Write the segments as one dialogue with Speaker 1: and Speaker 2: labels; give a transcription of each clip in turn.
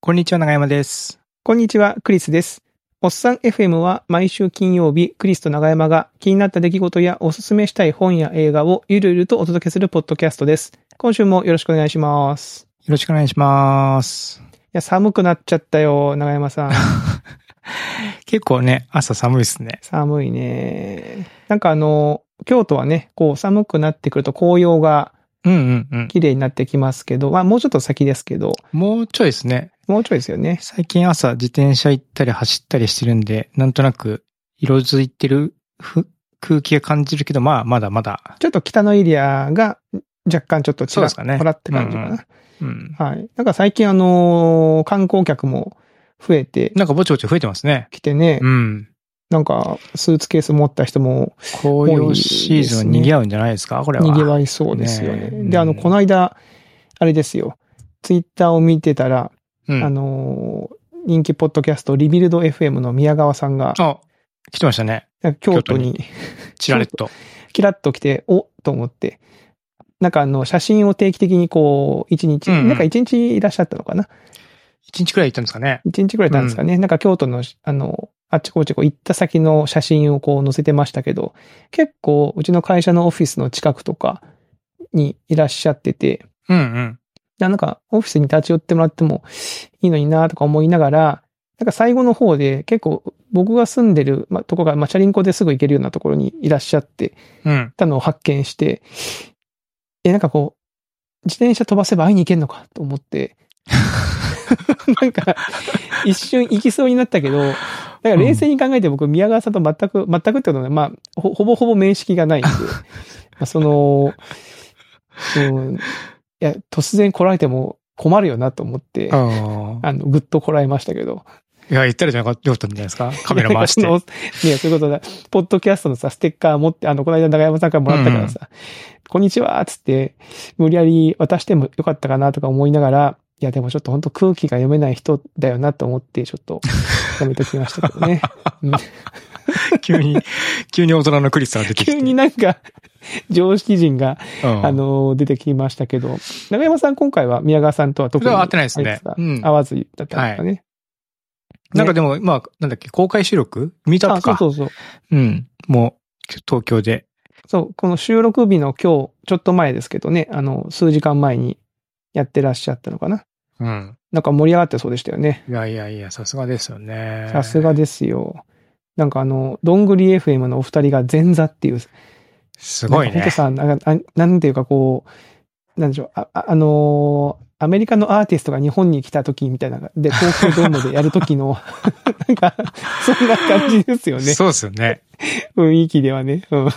Speaker 1: こんにちは、長山です。
Speaker 2: こんにちは、クリスです。おっさん FM は毎週金曜日、クリスと長山が気になった出来事やおすすめしたい本や映画をゆるゆるとお届けするポッドキャストです。今週もよろしくお願いします。
Speaker 1: よろしくお願いします。
Speaker 2: いや、寒くなっちゃったよ、長山さん。
Speaker 1: 結構ね、朝寒いですね。
Speaker 2: 寒いね。なんかあの、京都はね、こう寒くなってくると紅葉が
Speaker 1: うんうんうん。
Speaker 2: 綺麗になってきますけど、まあもうちょっと先ですけど、
Speaker 1: もうちょいですね。
Speaker 2: もうちょいですよね。
Speaker 1: 最近朝自転車行ったり走ったりしてるんで、なんとなく色づいてるふ空気が感じるけど、まあまだまだ。
Speaker 2: ちょっと北のエリアが若干ちょっとち
Speaker 1: そうで
Speaker 2: ら
Speaker 1: すかね
Speaker 2: ほらって感じかな。
Speaker 1: うんうん。
Speaker 2: はい。なんか最近あのー観光客も増えて
Speaker 1: なんかぼちぼち増えてますね。
Speaker 2: きてね、
Speaker 1: うん。
Speaker 2: なんかスーツケース持った人も
Speaker 1: 紅葉シーズンは賑わうんじゃないですかこれは。
Speaker 2: 賑わいそうですよね。
Speaker 1: ねえ
Speaker 2: で、あ
Speaker 1: う
Speaker 2: の、
Speaker 1: ん
Speaker 2: この間、あれですよ、ツイッターを見てたら、
Speaker 1: うん
Speaker 2: あのー人気ポッドキャスト、リビルド FM の宮川さんが、
Speaker 1: あ、来てましたね。
Speaker 2: なんか京都に
Speaker 1: チラレッと。
Speaker 2: キラッと来て、おっと思って、なんかあの、写真を定期的にこう、一日、
Speaker 1: うんうん
Speaker 2: なんか一日いらっしゃったのかな
Speaker 1: 一日くらい行ったんですかね。
Speaker 2: 一日くらいいたんですかね。なんか京都の、あの、あっちこっちこう行った先の写真をこう載せてましたけど、結構うちの会社のオフィスの近くとかにいらっしゃってて、
Speaker 1: うんうん。
Speaker 2: なんかオフィスに立ち寄ってもらってもいいのになとか思いながら、なんか最後の方で結構僕が住んでる、まあ、とこが、まあ、チャリンコですぐ行けるようなところにいらっしゃって
Speaker 1: うん。
Speaker 2: たのを発見して、え、なんかこう、自転車飛ばせば会いに行けんのかと思って、 なんか、一瞬行きそうになったけど、なんか冷静に考えて僕、宮川さんと全く、全くってことはね、まあ、ほほぼほぼ面識がないんで、まあその、うん、いや、突然来られても困るよなと思って、あ
Speaker 1: ああ。
Speaker 2: の、ぐっとこらえましたけど。
Speaker 1: いや、行ったらじゃなかった、よかったんじゃないですか カメラ回して
Speaker 2: な。んかそのねそう いうことだ。ポッドキャストのさ、ステッカー持って、あの、この間長山さんからもらったからさ、こんにちはっつって、無理やり渡してもよかったかなとか思いながら、いや、でもちょっと本当空気が読めない人だよなと思って、ちょっと、やめときましたけ どね。うん
Speaker 1: 急に、急に大人のクリスさんが出てきて。
Speaker 2: 急になんか、常識人が、
Speaker 1: うん、
Speaker 2: あの、出てきましたけど、長山さん今回は宮川さんとは特に。
Speaker 1: それは会ってないですね
Speaker 2: あれか
Speaker 1: うん
Speaker 2: 会わずだったんですかね。
Speaker 1: なんかでも、まあ、なんだっけ、公開収録ミートアッ
Speaker 2: あ、
Speaker 1: プか。
Speaker 2: そうそうそう。
Speaker 1: うん。もう、東京で。
Speaker 2: そう、この収録日の今日、ちょっと前ですけどね、あの、数時間前にやってらっしゃったのかな。
Speaker 1: うん。
Speaker 2: なんか盛り上がってそうでしたよね。
Speaker 1: いやいやいや、さすがですよね。
Speaker 2: さすがですよ。なんかあの、どんぐり FM のお二人が前座っていう。す
Speaker 1: すごい
Speaker 2: ほんと
Speaker 1: ね。
Speaker 2: さ、なんか、あなんていうかこう、なんでしょう、あ、ああのーアメリカのアーティストが日本に来た時みたいな、で、東京ドームでやる時の、 なんか、そんな感じですよね。
Speaker 1: そうですよね。
Speaker 2: 雰囲気ではね。うん。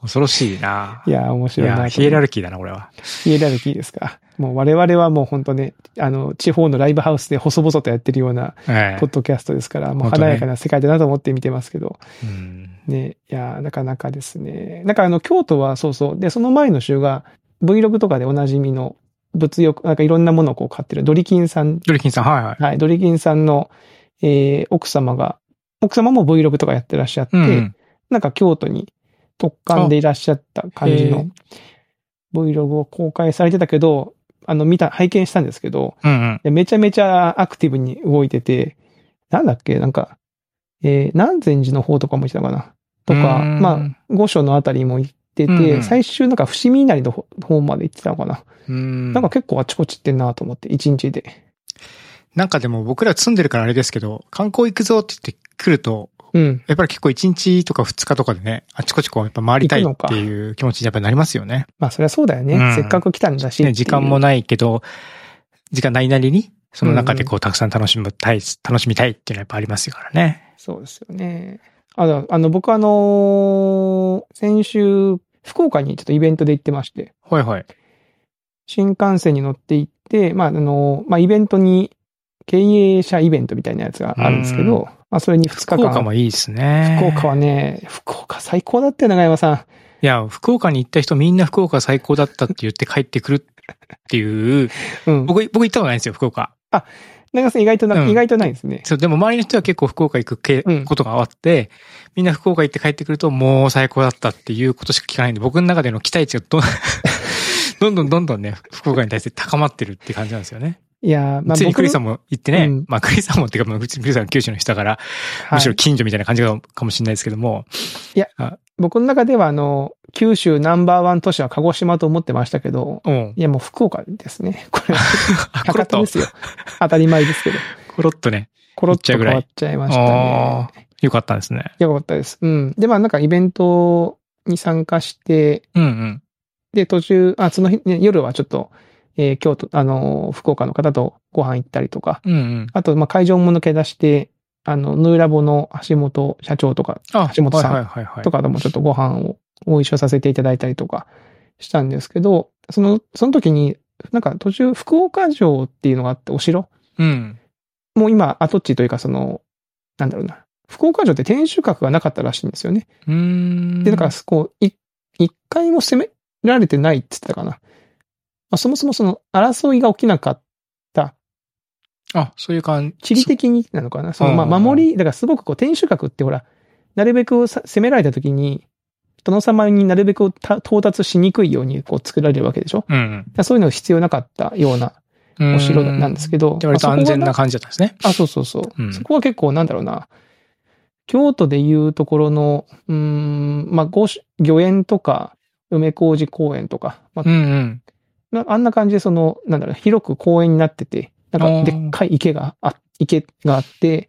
Speaker 1: 恐ろしいな。
Speaker 2: いや、面
Speaker 1: い
Speaker 2: 白いなと思
Speaker 1: や、
Speaker 2: って。
Speaker 1: ヒエラルキーだな、これは。
Speaker 2: ヒエラルキーですか。もう我々はもう本当ね、あの、地方のライブハウスで細々とやってるような
Speaker 1: ええ
Speaker 2: ポッドキャストですから、もう
Speaker 1: 本当ね
Speaker 2: 華やかな世界だなと思って見てますけど、
Speaker 1: うん。
Speaker 2: ね、いやー、なかなかですね。なんかあの、京都はそうそう、で、その前の週が Vlog とかでおなじみの物欲、なんかいろんなものをこう買ってるドリキンさん、
Speaker 1: ドリキンさん、はいはい。
Speaker 2: はい、ドリキンさんの、えー、奥様が、奥様も Vlog とかやってらっしゃって、
Speaker 1: うんうん。
Speaker 2: なんか京都に特貫でいらっしゃった感じ
Speaker 1: あへ
Speaker 2: の Vlog を公開されてたけど、あの見た、拝見したんですけど、
Speaker 1: うんうん。
Speaker 2: めちゃめちゃアクティブに動いてて、なんだっけ、なんか、えー南禅寺の方とかも行ってたかなとか、
Speaker 1: うーん
Speaker 2: まあ、五所のあたりも行ってて、
Speaker 1: うんうん
Speaker 2: 最終なんか伏見稲荷の方方まで行ってたのかな、
Speaker 1: うん
Speaker 2: なんか結構あちこち行ってんなと思って、一日で。
Speaker 1: なんかでも僕ら住んでるからあれですけど、観光行くぞって言って来ると、
Speaker 2: うん。
Speaker 1: やっぱり結構1日とか2日とかでね、あちこちこうやっぱ回りたいっていう気持ちにやっぱりなりますよね。
Speaker 2: まあ、そりゃそうだよね。
Speaker 1: うん
Speaker 2: せっかく来たんだしってい
Speaker 1: ね
Speaker 2: う。
Speaker 1: 時間もないけど、時間ないなりに、その中でこうたくさん楽しむたい、楽しみたいっていうのはやっぱありますからね。
Speaker 2: そうですよね。あだあの、僕あのー先週、福岡にちょっとイベントで行ってまして、
Speaker 1: ほいほい。
Speaker 2: 新幹線に乗って行って、まあ、あのーまあ、イベントに、経営者イベントみたいなやつがあるんですけ
Speaker 1: うん
Speaker 2: ど、まあ、それに2日
Speaker 1: 福
Speaker 2: 間。
Speaker 1: 岡もいいですね。
Speaker 2: 福岡はね、福岡最高だったよ、長山さん。
Speaker 1: いや、福岡に行った人みんな福岡最高だったって言って帰ってくるっていう、
Speaker 2: うん。
Speaker 1: 僕、僕行ったことないんですよ、福岡。
Speaker 2: 長山さん意外とな、
Speaker 1: うん
Speaker 2: 意外とないですね。
Speaker 1: そう、でも周りの人は結構福岡行くけ
Speaker 2: うん
Speaker 1: ことがあって、みんな福岡行って帰ってくるともう最高だったっていうことしか聞かないんで、僕の 中での期待値がどんどんどんどんどんね、福岡に対して高まってるって感じなんですよね。
Speaker 2: いやー、まあ
Speaker 1: ついに
Speaker 2: 僕
Speaker 1: ク
Speaker 2: の
Speaker 1: リスさんも行ってね、
Speaker 2: うん
Speaker 1: まあクリスさんもっていうか、まあクリスさんは九州の人だから、
Speaker 2: はい
Speaker 1: むしろ近所みたいな感じかもしれないですけども、
Speaker 2: 僕の中では、あの、九州ナンバーワン都市は鹿児島と思ってましたけど、
Speaker 1: うん。
Speaker 2: いや、もう福岡ですね。こ れ、
Speaker 1: あ、コロ
Speaker 2: 博
Speaker 1: ッ
Speaker 2: 多
Speaker 1: と
Speaker 2: で、すよ。当たり前ですけど。
Speaker 1: コロッとね。
Speaker 2: コロッと変わっちゃいましたね。
Speaker 1: ああ、よかったですね。
Speaker 2: よかったです。うん。で、まあなんかイベントに参加して、
Speaker 1: うんうん。
Speaker 2: で、途中、あ、その日、ね、夜はちょっと、えー京都、あのー、福岡の方とご飯行ったりとか、
Speaker 1: うんうん。
Speaker 2: あと、まあ会場も抜け出して、あの、ヌーラボの橋本社長とか、
Speaker 1: あ
Speaker 2: 橋本さん
Speaker 1: はいはいはいはい。
Speaker 2: とかともちょっとご飯をご一緒させていただいたりとかしたんですけど、その、その時に、なんか途中、福岡城っていうのがあって、お城
Speaker 1: うん。
Speaker 2: もう今、跡地というか、その、なんだろうな。福岡城って天守閣がなかったらしいんですよね。
Speaker 1: うーん。
Speaker 2: で、だから、こう、い一回も攻められてないって言ってたかな。まあ、そもそもその争いが起きなかった。
Speaker 1: あ、そういう感じ。
Speaker 2: 地理的になのかな。その、まあ、
Speaker 1: うんうんうん
Speaker 2: 守り、だからすごくこう、天守閣ってほら、なるべくさ攻められた時に、殿様になるべくた到達しにくいようにこう作られるわけでしょだか
Speaker 1: うん
Speaker 2: らそういうの必要なかったような
Speaker 1: うん。
Speaker 2: お城なんですけ
Speaker 1: ど。
Speaker 2: ど。
Speaker 1: じゃあ割と
Speaker 2: まあ
Speaker 1: 安
Speaker 2: そこは
Speaker 1: 全な感じだったんですね。
Speaker 2: あ、そうそうそう。
Speaker 1: うん
Speaker 2: そこは結構なんだろうな。京都でいうところの、うーん、まあ、御し御苑とか、梅小路公園とか、まあ
Speaker 1: うんうん。
Speaker 2: なあんな感じでその、なんだろう、広く公園になってて、なんかでっかい池があ、池があって、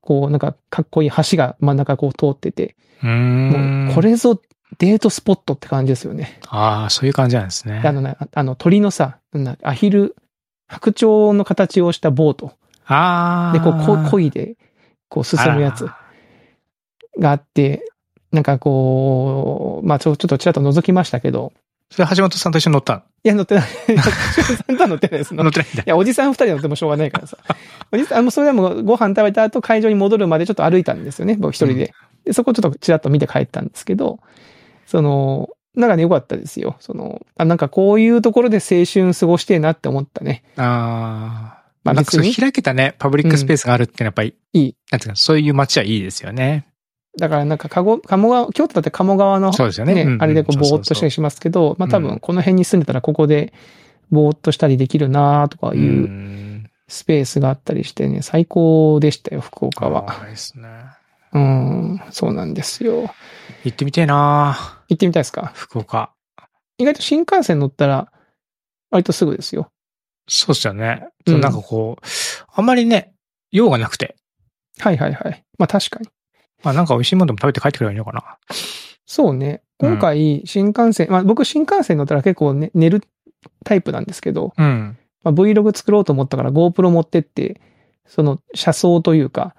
Speaker 2: こう、なんかかっこいい橋が真ん中こう通ってて、
Speaker 1: うー
Speaker 2: も
Speaker 1: ん。
Speaker 2: うこれぞデートスポットって感じですよね。
Speaker 1: ああ、そういう感じなんですね。
Speaker 2: あのな、あの鳥のさ、なんだアヒル、白鳥の形をしたボート。
Speaker 1: ああ。
Speaker 2: で、こう、こ漕いで、こう進むやつ。
Speaker 1: あ
Speaker 2: があって、なんかこう、まあちょ、ちょっとちらっと覗きましたけど、
Speaker 1: らそれ橋本さんと一緒に乗った
Speaker 2: いや、乗ってない。いや橋本さんとは乗ってな いです。
Speaker 1: の乗
Speaker 2: 乗っ
Speaker 1: ってないんだ
Speaker 2: い。や、おじさん二人は乗ってもしょうがないからさ。おじさん、もうそれでもご飯食べた後会場に戻るまでちょっと歩いたんですよね、僕一人で。で、そこちょっとちらっと見て帰ったんですけど、その、なんかね、良かったですよ。その、あ、なんかこういうところで青春過ごしてえなって思ったね。
Speaker 1: ああ。
Speaker 2: ま
Speaker 1: ま
Speaker 2: あ
Speaker 1: あ、なんかそう
Speaker 2: 別
Speaker 1: いう
Speaker 2: に
Speaker 1: 開けたね、パブリックスペースがあるってのはやっぱり、
Speaker 2: いい。
Speaker 1: なんていうか、そういう街はいいですよね。
Speaker 2: だからなんか、かご、鴨川、京都だって鴨川の
Speaker 1: そうですよね。
Speaker 2: ね
Speaker 1: うん、うん
Speaker 2: あれでこうぼ
Speaker 1: そそ
Speaker 2: ーっと
Speaker 1: そ
Speaker 2: したりしますけど、まあ
Speaker 1: うん
Speaker 2: 多分この辺に住んでたらここでぼーっとしたりできるなとか
Speaker 1: う。
Speaker 2: いうんスペースがあったりしてね、最高でしたよ、福岡
Speaker 1: あ
Speaker 2: は。
Speaker 1: ーいいですね。
Speaker 2: うん、そうなんですよ。
Speaker 1: 行ってみてえな
Speaker 2: 行ってみたいですか
Speaker 1: 福岡。
Speaker 2: 意外と新幹線乗ったら割とすぐですよ。
Speaker 1: そうっすよね。
Speaker 2: うん
Speaker 1: そうなんかこう、あんまりね、用がなくて。
Speaker 2: はいはいはい。まあ確かに。
Speaker 1: まあなんか美味しいものでも食べて帰ってくればいいのかな。
Speaker 2: そうね。
Speaker 1: うん
Speaker 2: 今回新幹線、まあ僕新幹線乗ったら結構、ね、寝るタイプなんですけど、
Speaker 1: うん。
Speaker 2: まあ、Vlog 作ろうと思ったから GoPro 持ってって、その車窓というか、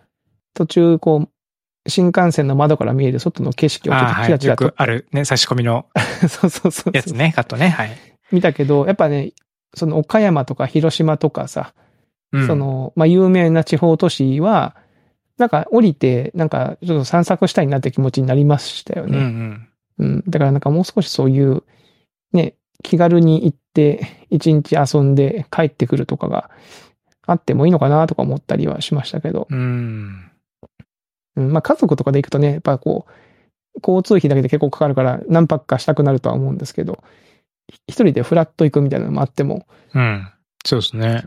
Speaker 2: 途中こう、新幹線の窓から見える外の景色をちょっ
Speaker 1: あ
Speaker 2: と
Speaker 1: あ
Speaker 2: キ
Speaker 1: ー、は
Speaker 2: ラ
Speaker 1: い。
Speaker 2: キラ
Speaker 1: よ
Speaker 2: と、
Speaker 1: くあるね、差し込みの
Speaker 2: そうそうそう
Speaker 1: やつね、カットね。はい。
Speaker 2: 見たけど、やっぱね、その岡山とか広島とかさ、
Speaker 1: うん
Speaker 2: そ、の、まあ、有名な地方都市は、なんか降りて、なんかちょっと散策したいなって気持ちになりましたよ
Speaker 1: うんう
Speaker 2: ね。
Speaker 1: ん。
Speaker 2: うん、だからなんかもう少しそういう、ね、気軽に行って、一日遊んで帰ってくるとかがあってもいいのかなとか思ったりはしましたけど。
Speaker 1: うん。
Speaker 2: うん、まあ家族とかで行くとね、やっぱこう、交通費だけで結構かかるから何泊かしたくなるとは思うんですけど、ひ一人でフラッと行くみたいなのもあっても
Speaker 1: うん。そうですね。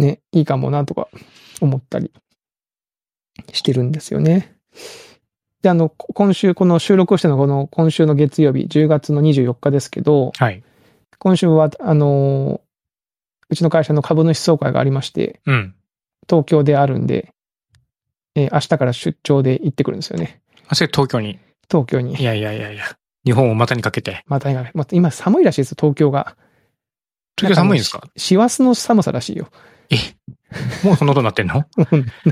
Speaker 2: ね、いいかもなとか思ったりしてるんですよね。で、あの、こ今週、この収録をしてのこの今週の月曜日、10月の24日ですけど、
Speaker 1: はい。
Speaker 2: 今週は、あのー、うちの会社の株主総会がありまして、
Speaker 1: うん。
Speaker 2: 東京であるんで、えー明日から出張で行ってくるんですよね。
Speaker 1: あ、それ東京に。
Speaker 2: 東京に。
Speaker 1: いやいやいやいや。日本を股にかけて。
Speaker 2: また今、また今寒いらしいですよ、東京が。
Speaker 1: 東京寒いんですか
Speaker 2: 師走の寒さらしいよ。
Speaker 1: もうそんなことになってんの
Speaker 2: な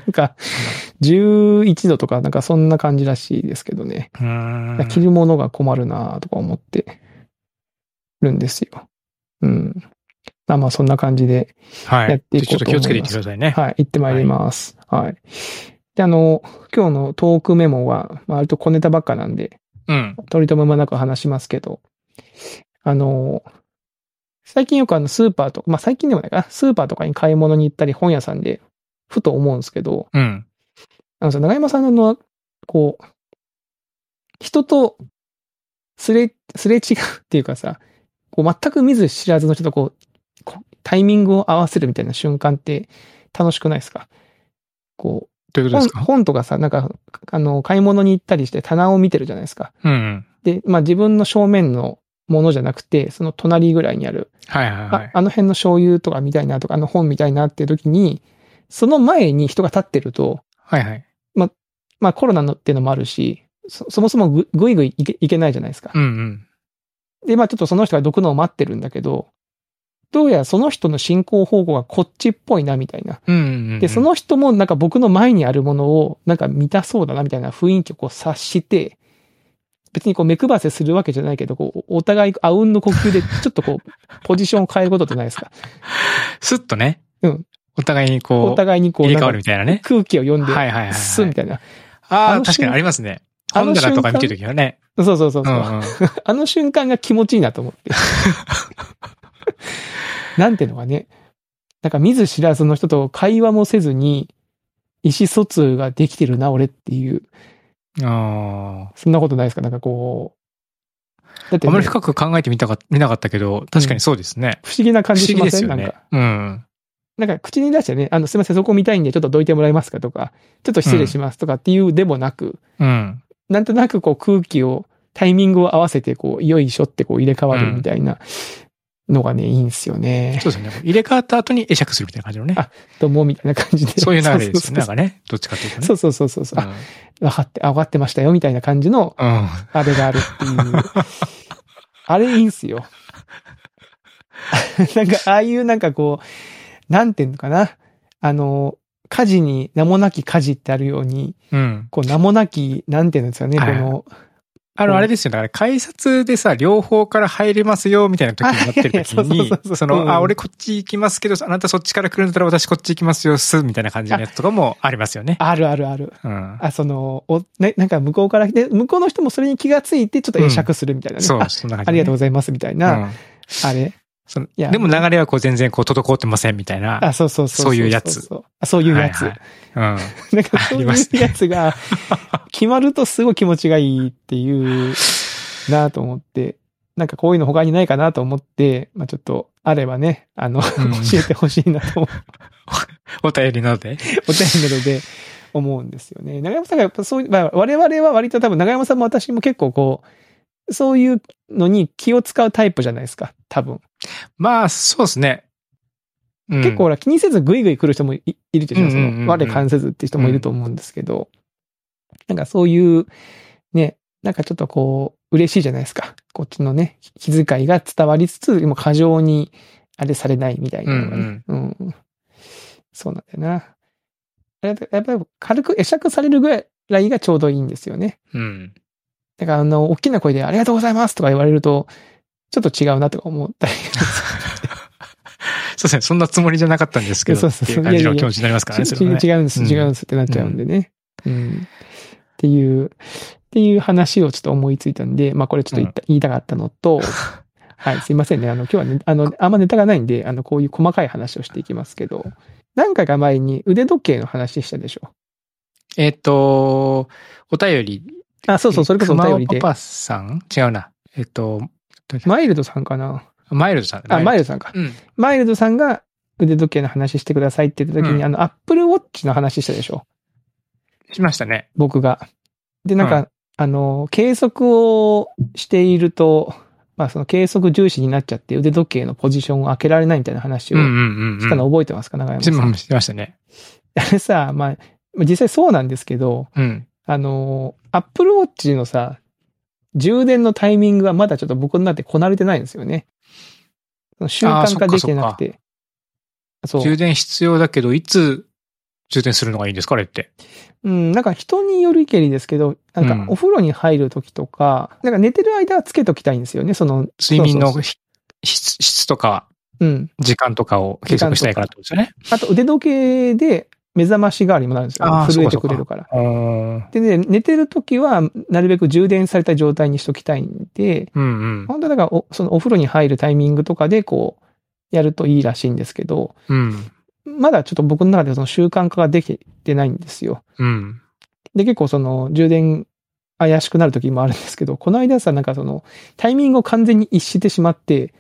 Speaker 2: んか、11度とか、なんかそんな感じらしいですけどね。
Speaker 1: うーん。
Speaker 2: 着るものが困るなとか思ってるんですよ。うん。まあまあ、そんな感じで、
Speaker 1: はい。
Speaker 2: やってい
Speaker 1: ちょ
Speaker 2: こうと思います
Speaker 1: っと気をつけていってくださいね。
Speaker 2: はい、行ってまいります。はい。で、あの、今日のトークメモは、まあ、割と小ネタばっかなんで、
Speaker 1: うん。
Speaker 2: 取り留めもなく話しますけど、あの、最近よくあのスーパーとか、まあ最近でもないかな、スーパーとかに買い物に行ったり本屋さんで、ふと思うんですけど、
Speaker 1: うん。
Speaker 2: あのさ、長山さんの、こう、人とすれ、すれ違うっていうかさ、こう全く見ず知らずの人とこう、こタイミングを合わせるみたいな瞬間って楽しくないですかこ
Speaker 1: どういう
Speaker 2: う、
Speaker 1: ことで
Speaker 2: 本
Speaker 1: すか
Speaker 2: 本とかさ、なんか、あの、買い物に行ったりして棚を見てるじゃないですか。
Speaker 1: うん。
Speaker 2: で、まあ自分の正面のものじゃなくて、その隣ぐらいにある、
Speaker 1: はいはいは
Speaker 2: あ
Speaker 1: い。
Speaker 2: あの辺の醤油とか見たいなとか、あの本見たいなっていう時に、その前に人が立ってると、
Speaker 1: はいはい。
Speaker 2: まあコロナのっていうのもあるし、そそもそもぐぐいぐいいけいけないじゃないですか
Speaker 1: う。んうん。
Speaker 2: で、まあちょっとその人がどくのを待ってるんだけど、どうやらその人の進行方向がこっちっぽいなみたいな。
Speaker 1: うんうんうん。
Speaker 2: で、そ、の人もなんか僕の前にあるものをなんか見たそうだなみたいな雰囲気をこう察して、別にこう目配せするわけじゃないけど、こう、お互いあうんの呼吸でち ょっとこう、ポジションを変えることってないですか。
Speaker 1: すっとね。
Speaker 2: うん。
Speaker 1: お互いに
Speaker 2: お
Speaker 1: こう、
Speaker 2: 互いにこう、
Speaker 1: 入れ
Speaker 2: なん
Speaker 1: 替わ
Speaker 2: か
Speaker 1: るみたいなね。
Speaker 2: 空気を読んで、
Speaker 1: はいはいはいはい。
Speaker 2: すみたいな。
Speaker 1: あ
Speaker 2: あ
Speaker 1: あ、
Speaker 2: の
Speaker 1: 確かにありますね。
Speaker 2: あの
Speaker 1: 本棚とか見てるときはね。
Speaker 2: そうそうそうそう
Speaker 1: ん
Speaker 2: う。
Speaker 1: うん。
Speaker 2: あの瞬間が気持ちいいなと思って。 なんていうのかね。なんか見ず知らずの人と会話もせずに、意思疎通ができてるな、俺っていう。
Speaker 1: あ
Speaker 2: そんなことないですかなんかこう。だっ
Speaker 1: あ。
Speaker 2: て
Speaker 1: あ
Speaker 2: ね、
Speaker 1: まり深く考えてみたか、見なかったけど、確かにそうですね。
Speaker 2: 不思議な感
Speaker 1: 不
Speaker 2: じし
Speaker 1: 思議
Speaker 2: ま
Speaker 1: で
Speaker 2: せ
Speaker 1: すよ
Speaker 2: ん、なん
Speaker 1: ね
Speaker 2: か。。
Speaker 1: うん。
Speaker 2: なんか口に出してね、あの、すいません、そこ見たいんでちょっとどいてもらえますかとか、ちょっと失礼しますとかっていうでもなく、
Speaker 1: うん。
Speaker 2: なんとなくこう空気を、タイミングを合わせてこう、よいしょってこう入れ替わるみたいなのがね、いいんですよね。
Speaker 1: そうですね。入れ替わった後に会釈するみたいな感じのね。
Speaker 2: あどうも、みたいな感じで。
Speaker 1: そういう流れですよね。なん
Speaker 2: そ
Speaker 1: かね。どっちかというとね。
Speaker 2: うそうそうそうそうそうそう。
Speaker 1: うん
Speaker 2: あ、分かって、あ、分かってましたよ、みたいな感じの、
Speaker 1: うん。
Speaker 2: あれがあるって いう。あれいいんすよ。 なんか、ああいうなんかこう、なんていうのかな。あの、火事に、名もなき火事ってあるように、
Speaker 1: うん。
Speaker 2: こう、名もなき、なんていうんですかね、こ
Speaker 1: はい
Speaker 2: の、
Speaker 1: あ
Speaker 2: う
Speaker 1: の、
Speaker 2: ん
Speaker 1: あれですよ。だから、改札でさ、両方から入れますよ、みたいな時になってる時
Speaker 2: あいやいやそうそうそうそう
Speaker 1: に、そ
Speaker 2: うん
Speaker 1: の、あ、俺こっち行きますけど、あなたそっちから来るんだったら私こっち行きますよ、す、みたいな感じのやつとかもありますよね。
Speaker 2: あるあるある。
Speaker 1: うん。
Speaker 2: あ、その、お、ね、なんか向こうから来て、向こうの人もそれに気がついて、ちょっと会釈するみたいなね。
Speaker 1: そう、
Speaker 2: あ
Speaker 1: そんな感じ。
Speaker 2: ありがとうご
Speaker 1: う
Speaker 2: ざいます、みたい
Speaker 1: ご
Speaker 2: な、
Speaker 1: います。
Speaker 2: あれ。
Speaker 1: その
Speaker 2: いや
Speaker 1: でも流れはこう全然こう滞ってませんみたいな。
Speaker 2: あ、そうそうそう。
Speaker 1: そういうやつ
Speaker 2: そうそうあそういうやつ。
Speaker 1: はいはい
Speaker 2: なんか
Speaker 1: あ
Speaker 2: そう
Speaker 1: り
Speaker 2: い
Speaker 1: ます
Speaker 2: う
Speaker 1: ね
Speaker 2: やつが、決まるとすごい気持ちがいいっていうなと思って、なんかこういうの他にないかなと思って、まあちょっと、あればね、あの、
Speaker 1: うん
Speaker 2: 教えてほしいなと思う、
Speaker 1: うん。お便りなので。
Speaker 2: お便りなどで 思うんですよね。長山さんがやっぱそういう、まあ我々は割と多分長山さんも私も結構こう、そういうのに気を使うタイプじゃないですか、多分。
Speaker 1: まあ、そうですね。うん
Speaker 2: 結構ほら気にせずグイグイ来る人もいいるじゃないですか。
Speaker 1: うんうんうんうん
Speaker 2: 我関せずって人もいると思うんですけど、なんかそういう、ね、なんかちょっとこう、嬉しいじゃないですか。こっちのね、気遣いが伝わりつつ、でも過剰にあれされないみたいなのがね。うん、そうなんだよな。あれやっぱり軽く会釈されるぐらいがちょうどいいんですよね。
Speaker 1: うん。
Speaker 2: だからあの、大きな声でありがとうございますとか言われると、ちょっと違うなとか思ったり。
Speaker 1: そうですね。そんなつもりじゃなかったんですけど、
Speaker 2: そうそうそ
Speaker 1: っていう
Speaker 2: う
Speaker 1: 感じ
Speaker 2: いやいや
Speaker 1: の
Speaker 2: いや
Speaker 1: 気持ちになりますからね。それはね
Speaker 2: 違うんです、
Speaker 1: うん
Speaker 2: 違うんですってなっちゃうんでね。うんっていう、っていう話をちょっと思いついたんで、まあこれちょっと言った、言いたかったの と、はい、すいませんね。あの、今日はね、あの、あんまネタがないんで、あの、こういう細かい話をしていきますけど、何回か前に腕時計の話したでしょ。
Speaker 1: えっと、お便り。
Speaker 2: あ、そうそう、それこそお便り
Speaker 1: 熊尾
Speaker 2: で。
Speaker 1: パパさん違うな。えっと、
Speaker 2: マイルドさんかな
Speaker 1: マイルドさん。
Speaker 2: あ、マイ
Speaker 1: イ
Speaker 2: ルドさんか。
Speaker 1: ルド。うん。
Speaker 2: マイルドさんが腕時計の話してくださいって言った時に、
Speaker 1: うん
Speaker 2: あの、アップルウォッチの話したでしょ。
Speaker 1: しましたね。
Speaker 2: 僕が。で、なんか、
Speaker 1: う
Speaker 2: あの、計測をしていると、まあその計測重視になっちゃって腕時計のポジションを開けられないみたいな話を
Speaker 1: うんうんうんうん。
Speaker 2: したの覚えてますか、長山
Speaker 1: し
Speaker 2: さん。
Speaker 1: してましたね。
Speaker 2: あれさ、まあ、実際そうなんですけど、
Speaker 1: うん。
Speaker 2: あの、Apple Watch のさ、充電のタイミングはまだちょっと僕になってこなれてないんですよね。その習
Speaker 1: あー
Speaker 2: 慣
Speaker 1: そっか
Speaker 2: 化できてなくて。そう。
Speaker 1: 充電必要だけど、いつ充電するのがいいんですかあれって。
Speaker 2: うん、なんか人によるけりですけど、なん
Speaker 1: う
Speaker 2: か
Speaker 1: ん
Speaker 2: お風呂に入るときとか、なんか寝てる間はつけときたいんですよね、その。
Speaker 1: 睡眠の
Speaker 2: そうそう
Speaker 1: ひ質質とか、
Speaker 2: そううん。
Speaker 1: 時間とかを計測したいからってことですよね。
Speaker 2: あと腕時計で目覚まし代わりもなるんですよ。
Speaker 1: あー
Speaker 2: 震えて
Speaker 1: そうかそう
Speaker 2: く
Speaker 1: か
Speaker 2: れるから。
Speaker 1: うーん
Speaker 2: でね、寝てるときはなるべく充電された状態にしときたいんで、
Speaker 1: うんうん。
Speaker 2: 本当はだからお、そのお風呂に入るタイミングとかでこう、やるといいらしいんですけど、
Speaker 1: うん。
Speaker 2: まだちょっと僕の中でその習慣化ができてないんですよ。
Speaker 1: うん。
Speaker 2: で、結構その充電怪しくなる時もあるんですけど、この間さ、なんかそのタイミングを完全に逸してしまって、だか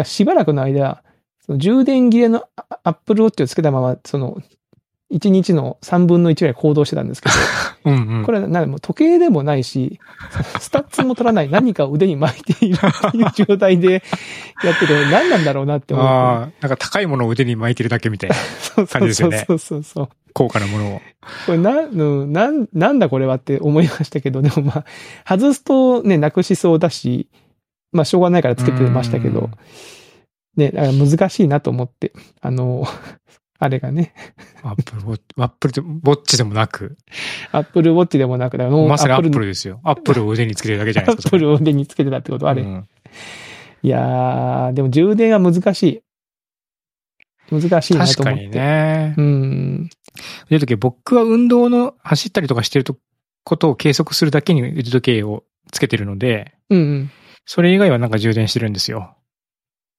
Speaker 2: らしばらくの間、その充電切れのあアップルウォッチをつけたまま、その、1日の3分の1ぐらい行動してたんですけ
Speaker 1: うんう
Speaker 2: ど、
Speaker 1: ん。
Speaker 2: これはな、もう時計でもないし、スタッツも取らない何かを腕に巻いているっていう状態でやってて、何なんだろうなって思って。
Speaker 1: ああ、なんか高いものを腕に巻いてるだけみた いな
Speaker 2: そう
Speaker 1: 感じですよね
Speaker 2: そうそうそうそう。
Speaker 1: 高価なものを。
Speaker 2: これな、うんなん、なんだこれはって思いましたけど、でもまあ、外すとね、なくしそうだし、まあ、しょうがないからつけてましたけ
Speaker 1: うん
Speaker 2: ど、ね、だから難しいなと思って、あの、 あれがね、
Speaker 1: アップルウォッチ、アップルウォッチでもなく、
Speaker 2: アップルウォッチでもなく、だから
Speaker 1: まさにアップ
Speaker 2: ル
Speaker 1: ルですよ。アップルを腕につけてるだけじゃない
Speaker 2: ア
Speaker 1: ですか。
Speaker 2: ップルを腕につけてたってこと、あれ。
Speaker 1: うん
Speaker 2: いやー、でも充電は難しい。難しいな
Speaker 1: 確
Speaker 2: と思
Speaker 1: か
Speaker 2: って。
Speaker 1: にね
Speaker 2: う。ん。
Speaker 1: 腕時計、僕は運動の走ったりとかしてるとことを計測するだけに腕時計をつけてるので、
Speaker 2: うんうん。
Speaker 1: それ以外はなんか充電してるんですよ。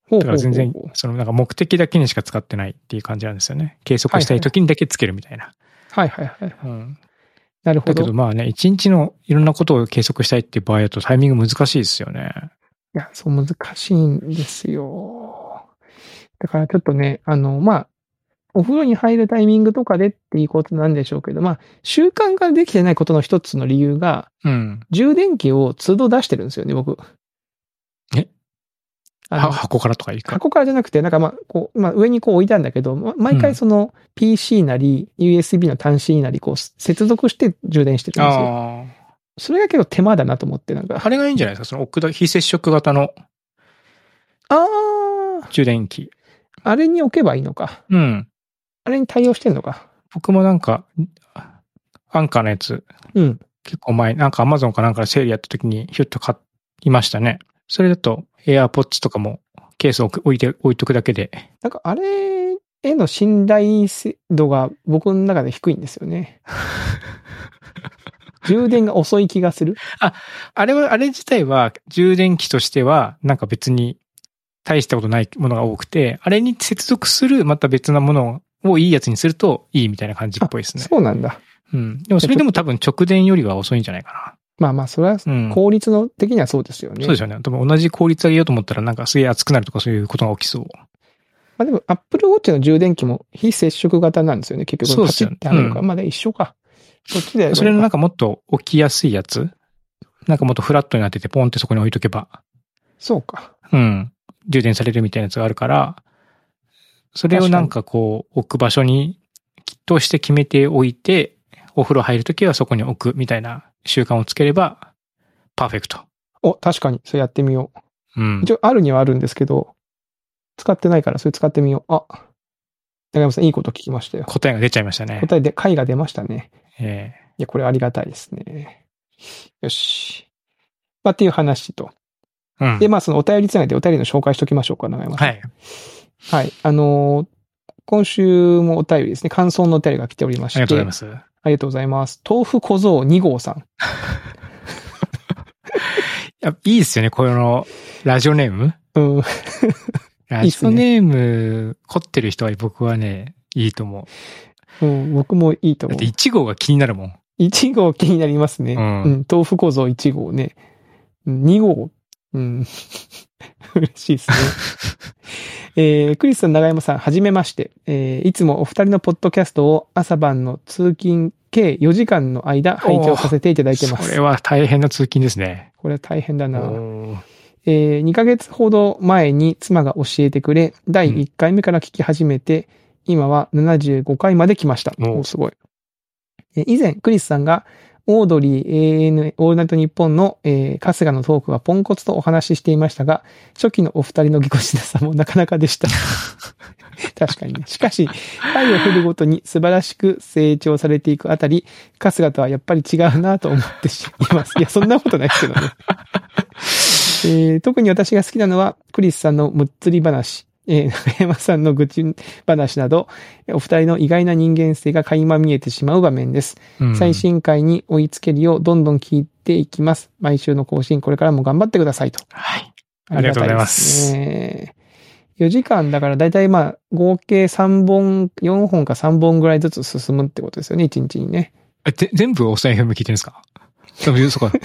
Speaker 2: ほう
Speaker 1: だから全然
Speaker 2: ほうほうほう、
Speaker 1: そのなんか目的だけにしか使ってないっていう感じなんですよね。計測したい時にだけつけるみたいな。
Speaker 2: はいはいはい。
Speaker 1: うん
Speaker 2: なるほ
Speaker 1: だけ
Speaker 2: ど。
Speaker 1: ど
Speaker 2: い
Speaker 1: まあね、一日のいろんなことを計測したいっていう場合だとタイミング難しいですよね。
Speaker 2: や、そう難しいんですよ。だからちょっとね、あの、まあ、お風呂に入るタイミングとかでっていうことなんでしょうけど、まあ、習慣ができてないことの一つの理由が、
Speaker 1: うん。
Speaker 2: 充電器を都度出してるんですよね、僕。
Speaker 1: え
Speaker 2: あ
Speaker 1: は
Speaker 2: の
Speaker 1: 箱からとかいいか。
Speaker 2: 箱からじゃなくて、なんかまあ、こう、まあ上にこう置いたんだけど、ま毎
Speaker 1: う
Speaker 2: 回
Speaker 1: ん
Speaker 2: その PC なり USB の端子になり、こう接続して充電してるんですよ。
Speaker 1: ああ。
Speaker 2: それが結構手間だなと思って、なんか、
Speaker 1: あれがいいんじゃないですかその置くだ非接触型の
Speaker 2: あー、
Speaker 1: 充電器。
Speaker 2: あれに置けばいいのか。
Speaker 1: うん。
Speaker 2: あれに対応してんのか。
Speaker 1: 僕もなんか、アンカーのやつ、
Speaker 2: うん。
Speaker 1: 結構前、なんか Amazon かなんかでセールやった時にヒュッと買いましたね。それだと AirPods とかもケースを置く置いて、置いとくだけで。
Speaker 2: なんかあれへの信頼度が僕の中で低いんです よね。充電が遅い気がする。
Speaker 1: あれは、あれ自体は充電器としては、なんか別に大したことないものが多くて、あれに接続するまた別なものをいいやつにするといいみたいな感じっぽいですね。
Speaker 2: そうなんだ。
Speaker 1: うん。でもそれでも多分直電よりは遅いんじゃないか
Speaker 2: まあまあ、それは
Speaker 1: な。うん。
Speaker 2: 効率の的にはそうですよね。
Speaker 1: そうですよね。多分同じ効率上げようと思ったらなんかすげえ熱くなるとかそういうことが起きそう。
Speaker 2: まあでも、Apple Watch の充電器も非接触型なんですよね。結
Speaker 1: そうで
Speaker 2: 局、パ
Speaker 1: す
Speaker 2: チ
Speaker 1: よね
Speaker 2: ってあるのか。まだ一緒か。そっちで。
Speaker 1: それのなんかもっと起きやすいやつなんかもっとフラットになってて、ポンってそこに置いとけば、
Speaker 2: そうか。
Speaker 1: うん、充電されるみたいなやつがあるから、それをなんかこう、置く場所に、として決めておいて、お風呂入るときはそこに置くみたいな習慣をつければ、パーフェクト。
Speaker 2: お、確かに。それやってみよ
Speaker 1: うん
Speaker 2: う。。一応、あるにはあるんですけど、使ってないから、それ使ってみよう。あ、中山さん、いいこと聞きましたよ。
Speaker 1: 答えが出ちゃいましたね。
Speaker 2: 答えで、解が出ましたね。
Speaker 1: え
Speaker 2: いや、これありがたいですね。よし。まあ、っていう話と。
Speaker 1: えうん。
Speaker 2: で、まあ、そのお便りつながりでお便りの紹介しときましょうか、長山さん。
Speaker 1: はい。
Speaker 2: はい。あのー今週もお便りですね。感想のお便りが来ておりまし
Speaker 1: あ
Speaker 2: て。
Speaker 1: りがとうございます。
Speaker 2: ありがとうございます。豆腐小僧2号さん。
Speaker 1: いや、いいっすよね、この、ラジオネーム
Speaker 2: うん。
Speaker 1: ラジオネーム、凝ってる人は僕はね、いいと思う。
Speaker 2: うん、僕もいいと
Speaker 1: だ
Speaker 2: 思
Speaker 1: っ
Speaker 2: う
Speaker 1: て。1号が気になるもん。
Speaker 2: 1号気になりますね。
Speaker 1: うん
Speaker 2: うん、豆腐小僧1号ね。うん2号。うん。 嬉し いですね。えー、クリスさん、長山さん、はじめまして。えー、いつもお二人のポッドキャストを朝晩の通勤計4時間の間拝聴させていただいてま
Speaker 1: そ
Speaker 2: す
Speaker 1: れ。は大変な通勤ですね。
Speaker 2: これは大変だな。
Speaker 1: おー
Speaker 2: えー2ヶ月ほど前に妻が教えてくれ、第1回目から聞き始めて、今は75回まで来ました。
Speaker 1: おう
Speaker 2: おすごい。えー以前、クリスさんが、オードリー AN、オールナイトニッポンの、えー春日のトークがポンコツとお話ししていましたが、初期のお二人のぎこちなさも なかなかでした。確かにね。しかし、回を振るごとに素晴らしく成長されていくあたり、春日とはやっぱり違うなと思ってしまいます。いや、そんなことないですけどね。えー特に私が好きなのは、クリスさんのむっつり話、えー中山さんの愚痴話など、お二人の意外な人間性が垣間見えてしまう場面です。
Speaker 1: うん
Speaker 2: 最新回に追いつけるよう、どんどん聞いていきます。毎週の更新、これからも頑張ってくださいと。
Speaker 1: はい。ありがとうございます
Speaker 2: ありがたいですね。4時間だからだいたいまあ合計3本、4本か3本ぐらいずつ進むってことですよね、1日にね。
Speaker 1: え、ぜ全部おっさん FM 聞いてるんですか多分、そうか。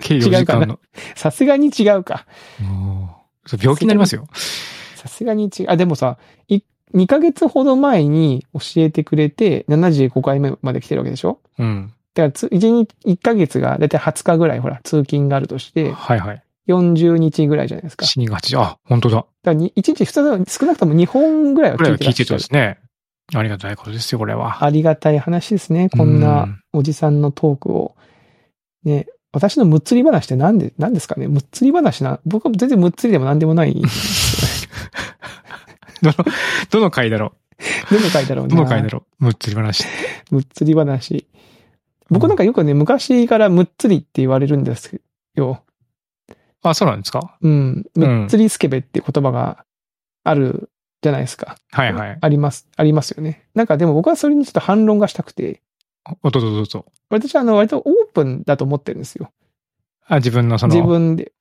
Speaker 1: 計4時間の。
Speaker 2: さすがに違うか。
Speaker 1: おーそれ病気になりますよ。
Speaker 2: さすがに違う。あ、でもさ、い2ヶ月ほど前に教えてくれて、75回目まで来てるわけでしょ
Speaker 1: うん。
Speaker 2: だからつ、1、1ヶ月がだいたい20日ぐらい、ほら、通勤があるとして、
Speaker 1: はいはい。
Speaker 2: 40日ぐらいじゃないですか。
Speaker 1: 死にが8あ、本当だ。
Speaker 2: だからに、1日2日、少なくとも2本ぐらいは
Speaker 1: これ
Speaker 2: 聞
Speaker 1: はい
Speaker 2: て
Speaker 1: 聞
Speaker 2: ら
Speaker 1: い
Speaker 2: ってしゃ
Speaker 1: たで
Speaker 2: る。
Speaker 1: すね。ありがたいことですよ、これは。
Speaker 2: ありがたい話ですね。こん
Speaker 1: う
Speaker 2: なおじさんのトークを。ね、私のむっつり話ってなんで、なんですかねむっつり話な、僕は全然むっつりでもなんでも ない。
Speaker 1: どの、どの回だろ
Speaker 2: どの回だろう
Speaker 1: う
Speaker 2: な。
Speaker 1: どの回だろうむっつり話。
Speaker 2: むっつり話。僕なんかよくね、昔からむっつりって言われるんですよ。
Speaker 1: あ、そうなんですか
Speaker 2: うん。
Speaker 1: うん
Speaker 2: むっつりスケベっていう言葉があるじゃないですか。
Speaker 1: はいはい。
Speaker 2: あります、ありますよね。なんかでも僕はそれにちょっと反論がしたくて、
Speaker 1: おっとっとっとっと。
Speaker 2: 私はあの割とオープンだと思ってるんですよ。
Speaker 1: あ、自分のそ
Speaker 2: 自
Speaker 1: の、
Speaker 2: 分で、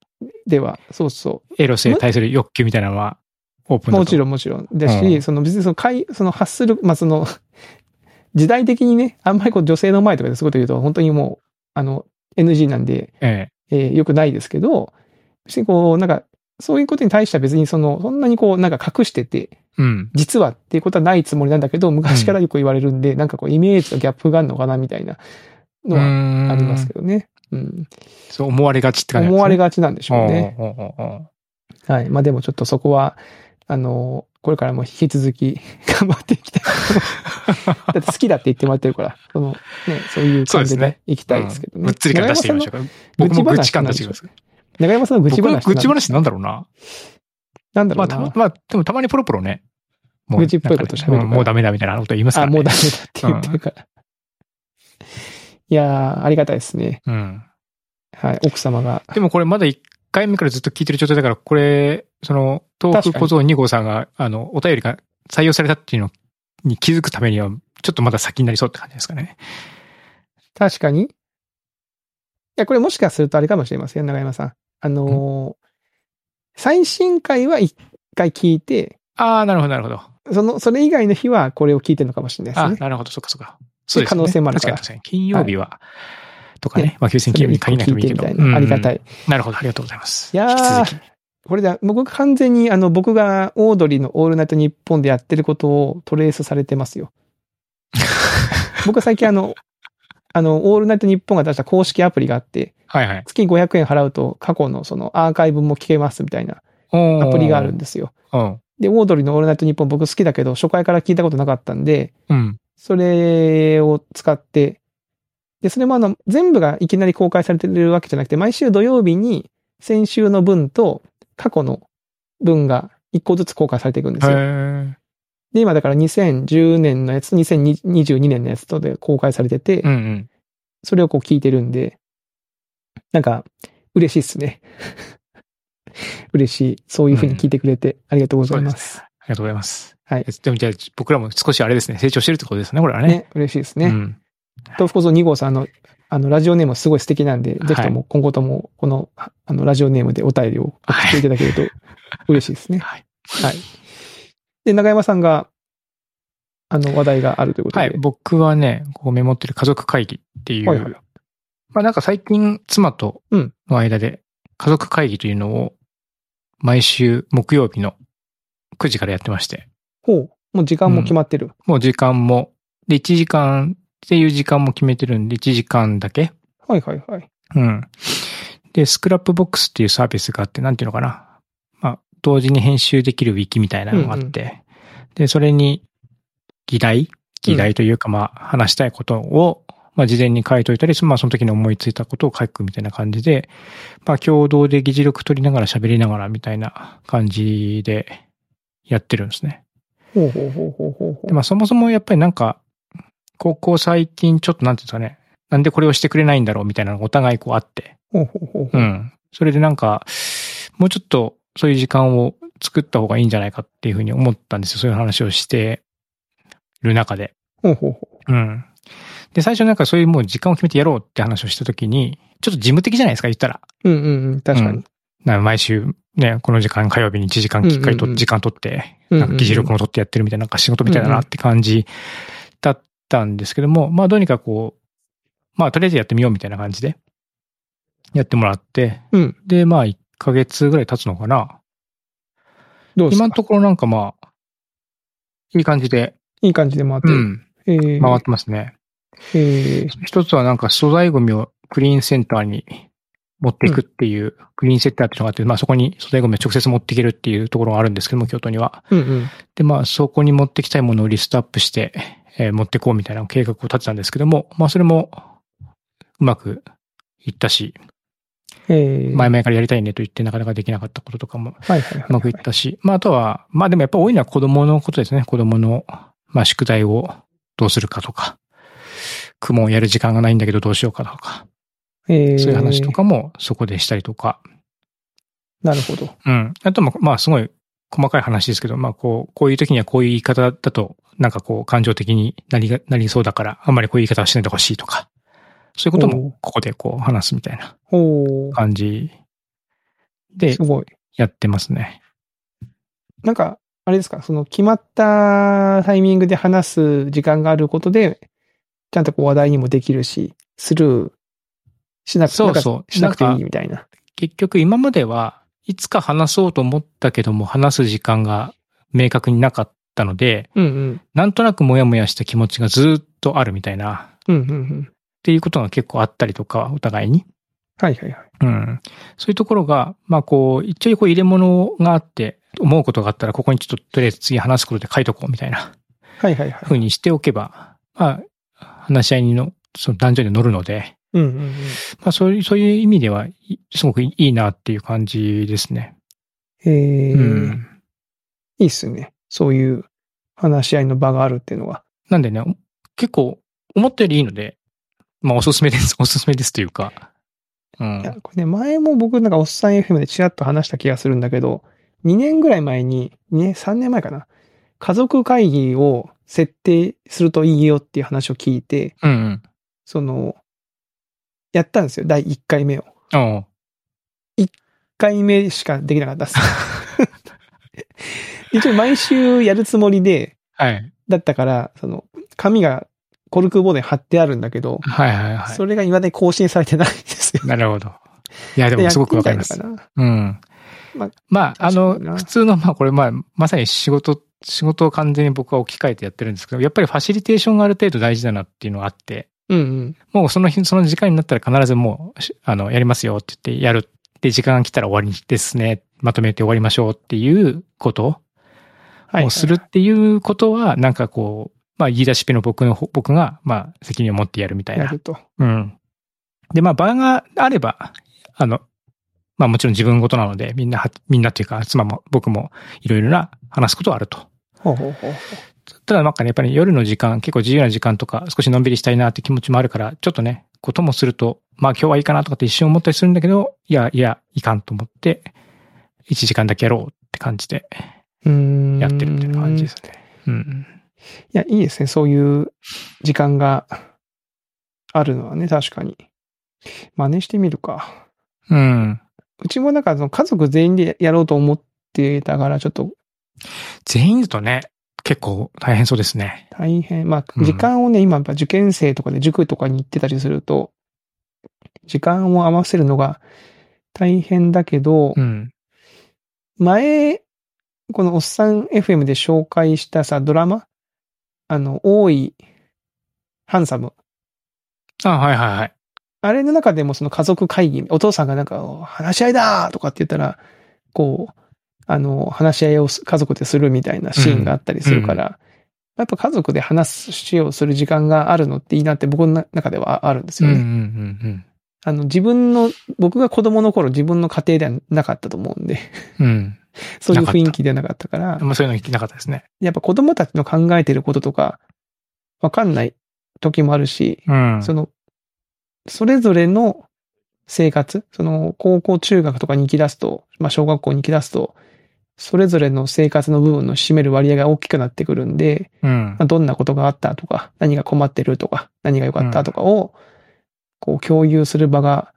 Speaker 2: では、そうそ
Speaker 1: エロスに対する欲求みたいなのは、オープンだ
Speaker 2: う。
Speaker 1: と。
Speaker 2: も
Speaker 1: ろ
Speaker 2: ち
Speaker 1: ん。
Speaker 2: ろんもちろん。だし、
Speaker 1: うん
Speaker 2: その別にその会、その発する、まあ、その、時代的にね、あんまりこう女性の前とかでそういうこと言うと、本当にもう、あの、NG なんで、
Speaker 1: え
Speaker 2: えー、よくないですけど、別にこう、なんか、そういうことに対しては別にその、そんなにこう、なんか隠してて、
Speaker 1: え。うん。
Speaker 2: 実はっていうことはないつもりなんだけど、昔からよく言われるんで、なんかこう、イメージとギャップがあるのかな、みたいなのはあ
Speaker 1: あ
Speaker 2: りますけどね。うん。
Speaker 1: そう思われがちって感じ
Speaker 2: 思われ
Speaker 1: が
Speaker 2: がちなんでしょうね。
Speaker 1: おうおうおうおう
Speaker 2: はい。まあでもちょっとそこは、あのー、これからも引き続き 頑張ってい きたい。だって好きだって言ってもらってるから、その、ね、そういう感じ
Speaker 1: そうです
Speaker 2: でいきたいですけどね。
Speaker 1: ぶっつり感出していきましょうか。僕も
Speaker 2: 愚
Speaker 1: 愚
Speaker 2: 痴
Speaker 1: 痴
Speaker 2: 話
Speaker 1: 感
Speaker 2: なん
Speaker 1: 出
Speaker 2: で
Speaker 1: し
Speaker 2: してょ
Speaker 1: いきます。
Speaker 2: 長山さんの愚痴
Speaker 1: 僕の
Speaker 2: 話。
Speaker 1: 愚痴話なんだろうな。
Speaker 2: なんだろ
Speaker 1: ま
Speaker 2: う
Speaker 1: あ、
Speaker 2: な。
Speaker 1: たま、まあ、でもたまにポロポロね。もう
Speaker 2: 愚痴っぽいこと喋るから
Speaker 1: なんかねうんもうダメだみたいなこと言いますか
Speaker 2: あ、
Speaker 1: らね。
Speaker 2: もうダメだって言ってるから。いやー、ありがたいですね。
Speaker 1: うん。
Speaker 2: はい、奥様が。
Speaker 1: でもこれまだ1回目からずっと聞いてる状態だから、これ、その、東
Speaker 2: 確か
Speaker 1: 北
Speaker 2: に
Speaker 1: 小僧2号さんが、あの、お便りが採用されたっていうのに気づくためには、ちょっとまだ先になりそうって感じですかね。
Speaker 2: 確かに。いや、これもしかするとあれかもしれません、長山さん。あのー最新回は一回聞いて、
Speaker 1: ああ、なるほど、なるほど。
Speaker 2: その、それ以外の日はこれを聞いてるのかもしれないです
Speaker 1: あ
Speaker 2: ね。
Speaker 1: なるほど、そっかそっか。そうです、ね。
Speaker 2: 可能性もあるから
Speaker 1: 確かに確かに。金曜日は、とかね
Speaker 2: ね、
Speaker 1: まあ、休戦金曜日に限らなくてもいいけ
Speaker 2: そ
Speaker 1: ど。
Speaker 2: れを一個聞いてみたいな。ありがた
Speaker 1: い。
Speaker 2: い。
Speaker 1: なるほど、ありがとうございます。
Speaker 2: いやー
Speaker 1: 引き続き。
Speaker 2: これで、僕完全にあの、僕がオードリーのオールナイトニッポンでやってることをトレースされてますよ。僕は最近あの、あの、オールナイトニッポンが出した公式アプリがあって、
Speaker 1: はいはい。
Speaker 2: 月500円払うと過去のそのアーカイブも聞けますみたいなア
Speaker 1: ア
Speaker 2: プリがあるんですよ。
Speaker 1: うん。
Speaker 2: で、オードリーのオールナイトニッポン僕好きだけど初回から聞いたことなかったんで、
Speaker 1: うん。
Speaker 2: それを使って、で、それもあの、全部がいきなり公開されてるわけじゃなくて、毎週土曜日に先週の分と過去の分が一個ずつ公開されていくんですよ。
Speaker 1: へ
Speaker 2: で、今だから2010年のやつと2022年のやつとで公開されてて
Speaker 1: え。う、んうん。
Speaker 2: それをこう聞いてるんで、なんか、嬉しいっすね。 嬉しい。そういうふうに聞いてくれてありがとうございます。
Speaker 1: ありがとうございます。
Speaker 2: はい
Speaker 1: え。でもじゃあ、僕らも少しあれですね、成長してるってことですね、これは
Speaker 2: ね
Speaker 1: ね。
Speaker 2: 嬉しいです
Speaker 1: う
Speaker 2: ね。
Speaker 1: ん。
Speaker 2: 豆腐小僧2号さんの、あの、ラジオネームすごい素敵なんで、
Speaker 1: い
Speaker 2: ぜひとも今後とも、この、ああの、ラジオネームでお便りを送っていただけ ると嬉しいですね。
Speaker 1: はい。
Speaker 2: はい。で、中山さんが、あの、話題があるということ
Speaker 1: は
Speaker 2: で。
Speaker 1: い。僕はね、こうメモってる家族会議っていう。
Speaker 2: はいはい
Speaker 1: まあなんか最近、妻と
Speaker 2: うん
Speaker 1: の間で、家族会議というのを、毎週木曜日の9時からやってまして、
Speaker 2: ほう。もう時間も決まってる。
Speaker 1: もう時間も、で、1時間っていう時間も決めてるんで、1時間だけ
Speaker 2: はいはいはい。
Speaker 1: うん。で、スクラップボックスっていうサービスがあって、なんていうのかな。まあ、同時に編集できるウィキみたいなのがあって、で、それに議題議題というか、まあ、話したいことを、まあ、事前に書いといたり、まあ、その時に思いついたことを書くみたいな感じで、まあ、共同で議事録取りながら喋りながらみたいな感じでやってるんですね。
Speaker 2: ほうほうほうほうほうほ
Speaker 1: で
Speaker 2: う。
Speaker 1: まあそもそもやっぱりなんか、ここ最近ちょっとなんていうんですかね、なんでこれをしてくれないんだろうみたいなのがお互いこうあって、
Speaker 2: ほうほうほうほ
Speaker 1: う
Speaker 2: う。
Speaker 1: ん。それでなんか、もうちょっとそういう時間を作った方がいいんじゃないかっていうふうに思ったんですよ。そういう話をしてる中で。
Speaker 2: ほうほうほ
Speaker 1: うん。で、最初なんかそういうもう時間を決めてやろうって話をした時に、ちょっと事務的じゃないですか、言ったら。
Speaker 2: う。うんうんうん。確かに。
Speaker 1: なんか毎週ね、この時間火曜日に1時間きっかりと、
Speaker 2: うんうんうん
Speaker 1: 時間取って、
Speaker 2: うんうん
Speaker 1: な
Speaker 2: うん
Speaker 1: んか議事録も取ってやってるみたいな、なんか仕事みたいだなって感じだったんですけども、まあどうにかこう、まあとりあえずやってみようみたいな感じで、やってもらって、
Speaker 2: うん
Speaker 1: で、まあ1ヶ月ぐらい経つのかな。
Speaker 2: どうです
Speaker 1: 今
Speaker 2: か
Speaker 1: のところなんかまあ、いい感じで、
Speaker 2: いい感じで回って
Speaker 1: う
Speaker 2: る。
Speaker 1: ん、
Speaker 2: えー
Speaker 1: 回ってますね。
Speaker 2: えー
Speaker 1: 一つはなんか素材ゴミをクリーンセンターに持っていくっていう、クリーンセンターっていうのがあって、まあそこに素材ゴミを直接持っていけるっていうところがあるんですけども、京都には。
Speaker 2: うんうん。
Speaker 1: で、まあそこに持ってきたいものをリストアップして、えー持ってこうみたいな計画を立てたんですけども、まあそれもうまくいったし、
Speaker 2: えー
Speaker 1: 前々からやりたいねと言ってなかなかできなかったこととかも
Speaker 2: はいはいは
Speaker 1: うまくいったし、まああとは、まあでもやっぱ多いのは子供のことですね。子供の、まあ宿題をどうするかとか、雲をやる時間がないんだけどどうしようかとか、
Speaker 2: えー
Speaker 1: そういう話とかもそこでしたりとか、
Speaker 2: なるほど。
Speaker 1: うん。あとも、まあすごい細かい話ですけど、まあこう、こういう時にはこういう言い方だと、なんかこう感情的になりが、なりそうだから、あんまりこういう言い方はしないでほしいとか、そういうこと
Speaker 2: おう
Speaker 1: もここでこう話すみたいな
Speaker 2: おー
Speaker 1: 感じです
Speaker 2: ごい。
Speaker 1: やってますね。
Speaker 2: なんか、あれですか、その決まったタイミングで話す時間があることで、ちゃんとこう話題にもできるし、スルーしなく
Speaker 1: そうそう
Speaker 2: なんかしなくて
Speaker 1: なん
Speaker 2: いい
Speaker 1: か
Speaker 2: みたいな。
Speaker 1: 結局今まではいつか話そうと思ったけども話す時間が明確になかったので、
Speaker 2: うんうん。
Speaker 1: なんとなくモヤモヤした気持ちがずっとあるみたいな、っ
Speaker 2: うんうんうん。
Speaker 1: ていうことが結構あったりとか、お互いに。
Speaker 2: はいはいはい。
Speaker 1: うん。そういうところが、まあこう、一応こう入れ物があって、思うことがあったら、ここにちょっととりあえず次話すことで書いとこうみたいな
Speaker 2: はいはいはい。
Speaker 1: 風にしておけば、まあ、話し合いの、その男女で乗るので、
Speaker 2: うんうんうん。
Speaker 1: まあそういう、そういう意味では、いすごくいいなっていう感じですね。
Speaker 2: えー
Speaker 1: うん。
Speaker 2: いいっすね。そういう話し合いの場があるっていうのは。
Speaker 1: なんでね、結構、思ったよりいいので、まあおすすめです。 おすすめですというか。う
Speaker 2: いや
Speaker 1: ん。
Speaker 2: これね、前も僕なんかおっさん FM でちらっと話した気がするんだけど、2年ぐらい前に、ね、3年前かな。家族会議を設定するといいよっていう話を聞いて、
Speaker 1: うんうん。
Speaker 2: その、やったんですよ。第1回目を。1
Speaker 1: おう
Speaker 2: 回目しかできなかったっす。一応毎週やるつもりで、
Speaker 1: はい。
Speaker 2: だったから、その、紙がコルクボードに貼ってあるんだけど、
Speaker 1: はいはいは
Speaker 2: それが未だに更新されてないんですよ
Speaker 1: い。。なるほど。いや、でもすごくわかります
Speaker 2: や。ってみたいのか
Speaker 1: うん。
Speaker 2: まあ
Speaker 1: まあ、あの、
Speaker 2: 確かにな
Speaker 1: 普通の、まあこれ、まあ、まさに仕事、仕事を完全に僕は置き換えてやってるんですけど、やっぱりファシリテーションがある程度大事だなっていうのがあって、
Speaker 2: なうんうん。
Speaker 1: もうその日、その時間になったら必ずもう、しあの、やりますよって言ってやる。で、時間が来たら終わりですね。まとめて終わりましょうっていうこと
Speaker 2: はい
Speaker 1: をするっていうことは、なんかこう、まあ、言い出しっぺの僕の、僕が、まあ、責任を持ってやるみたい
Speaker 2: や
Speaker 1: な
Speaker 2: る。と。
Speaker 1: うん。で、まあ、場があれば、あの、まあもちろん自分事なので、みんなは、みんなというか、妻も僕もいろいろな話すことはあると。
Speaker 2: ほうほうほう。
Speaker 1: ただなんかね、やっぱり夜の時間、結構自由な時間とか、少しのんびりしたいなって気持ちもあるから、ちょっとね、こともすると、まあ今日はいいかなとかって一瞬思ったりするんだけど、いやいや、いかんと思って、1時間だけやろうって感じで
Speaker 2: うーん。
Speaker 1: やってるみたいな感じですね。うん。
Speaker 2: いや、いいですね。そういう時間があるのはね、確かに。真似してみるか。
Speaker 1: うん。
Speaker 2: うちもなんかその家族全員でやろうと思ってたから、ちょっと
Speaker 1: 全員だとね、結構大変そうですね。
Speaker 2: 大変。ま
Speaker 1: う
Speaker 2: あ、
Speaker 1: ん
Speaker 2: 時間をね、今やっぱ受験生とかで塾とかに行ってたりすると、時間を合わせるのが大変だけど、
Speaker 1: うん。
Speaker 2: 前、このおっさん FM で紹介したさ、ドラマあの、多い、ハンサム。
Speaker 1: あ、はいはいはい。
Speaker 2: あれの中でもその家族会議、お父さんがなんか、お話し合いだとかって言ったら、こう、あの、話し合いをす家族でするみたいなシーンがあったりするから、やっぱ家族で話しをする時間があるのっていいなって僕の中ではあるんです
Speaker 1: うん
Speaker 2: よ
Speaker 1: うん
Speaker 2: ね。
Speaker 1: うんうん。
Speaker 2: あの、自分の、僕が子供の頃自分の家庭ではなかったと思うんで、
Speaker 1: うん。
Speaker 2: そういう
Speaker 1: なかった
Speaker 2: 雰囲気ではなかったから、
Speaker 1: あんまそういうの聞きなかったですね。
Speaker 2: やっぱ子供たちの考えてることとか、わかんない時もあるし、
Speaker 1: うん
Speaker 2: その、それぞれの生活、その、高校、中学とかに行き出すと、まあ、小学校に行き出すと、それぞれの生活の部分の占める割合が大きくなってくるんで、
Speaker 1: うん
Speaker 2: まあ、。どんなことがあったとか、何が困ってるとか、何が良かったとかを、こう、共有する場が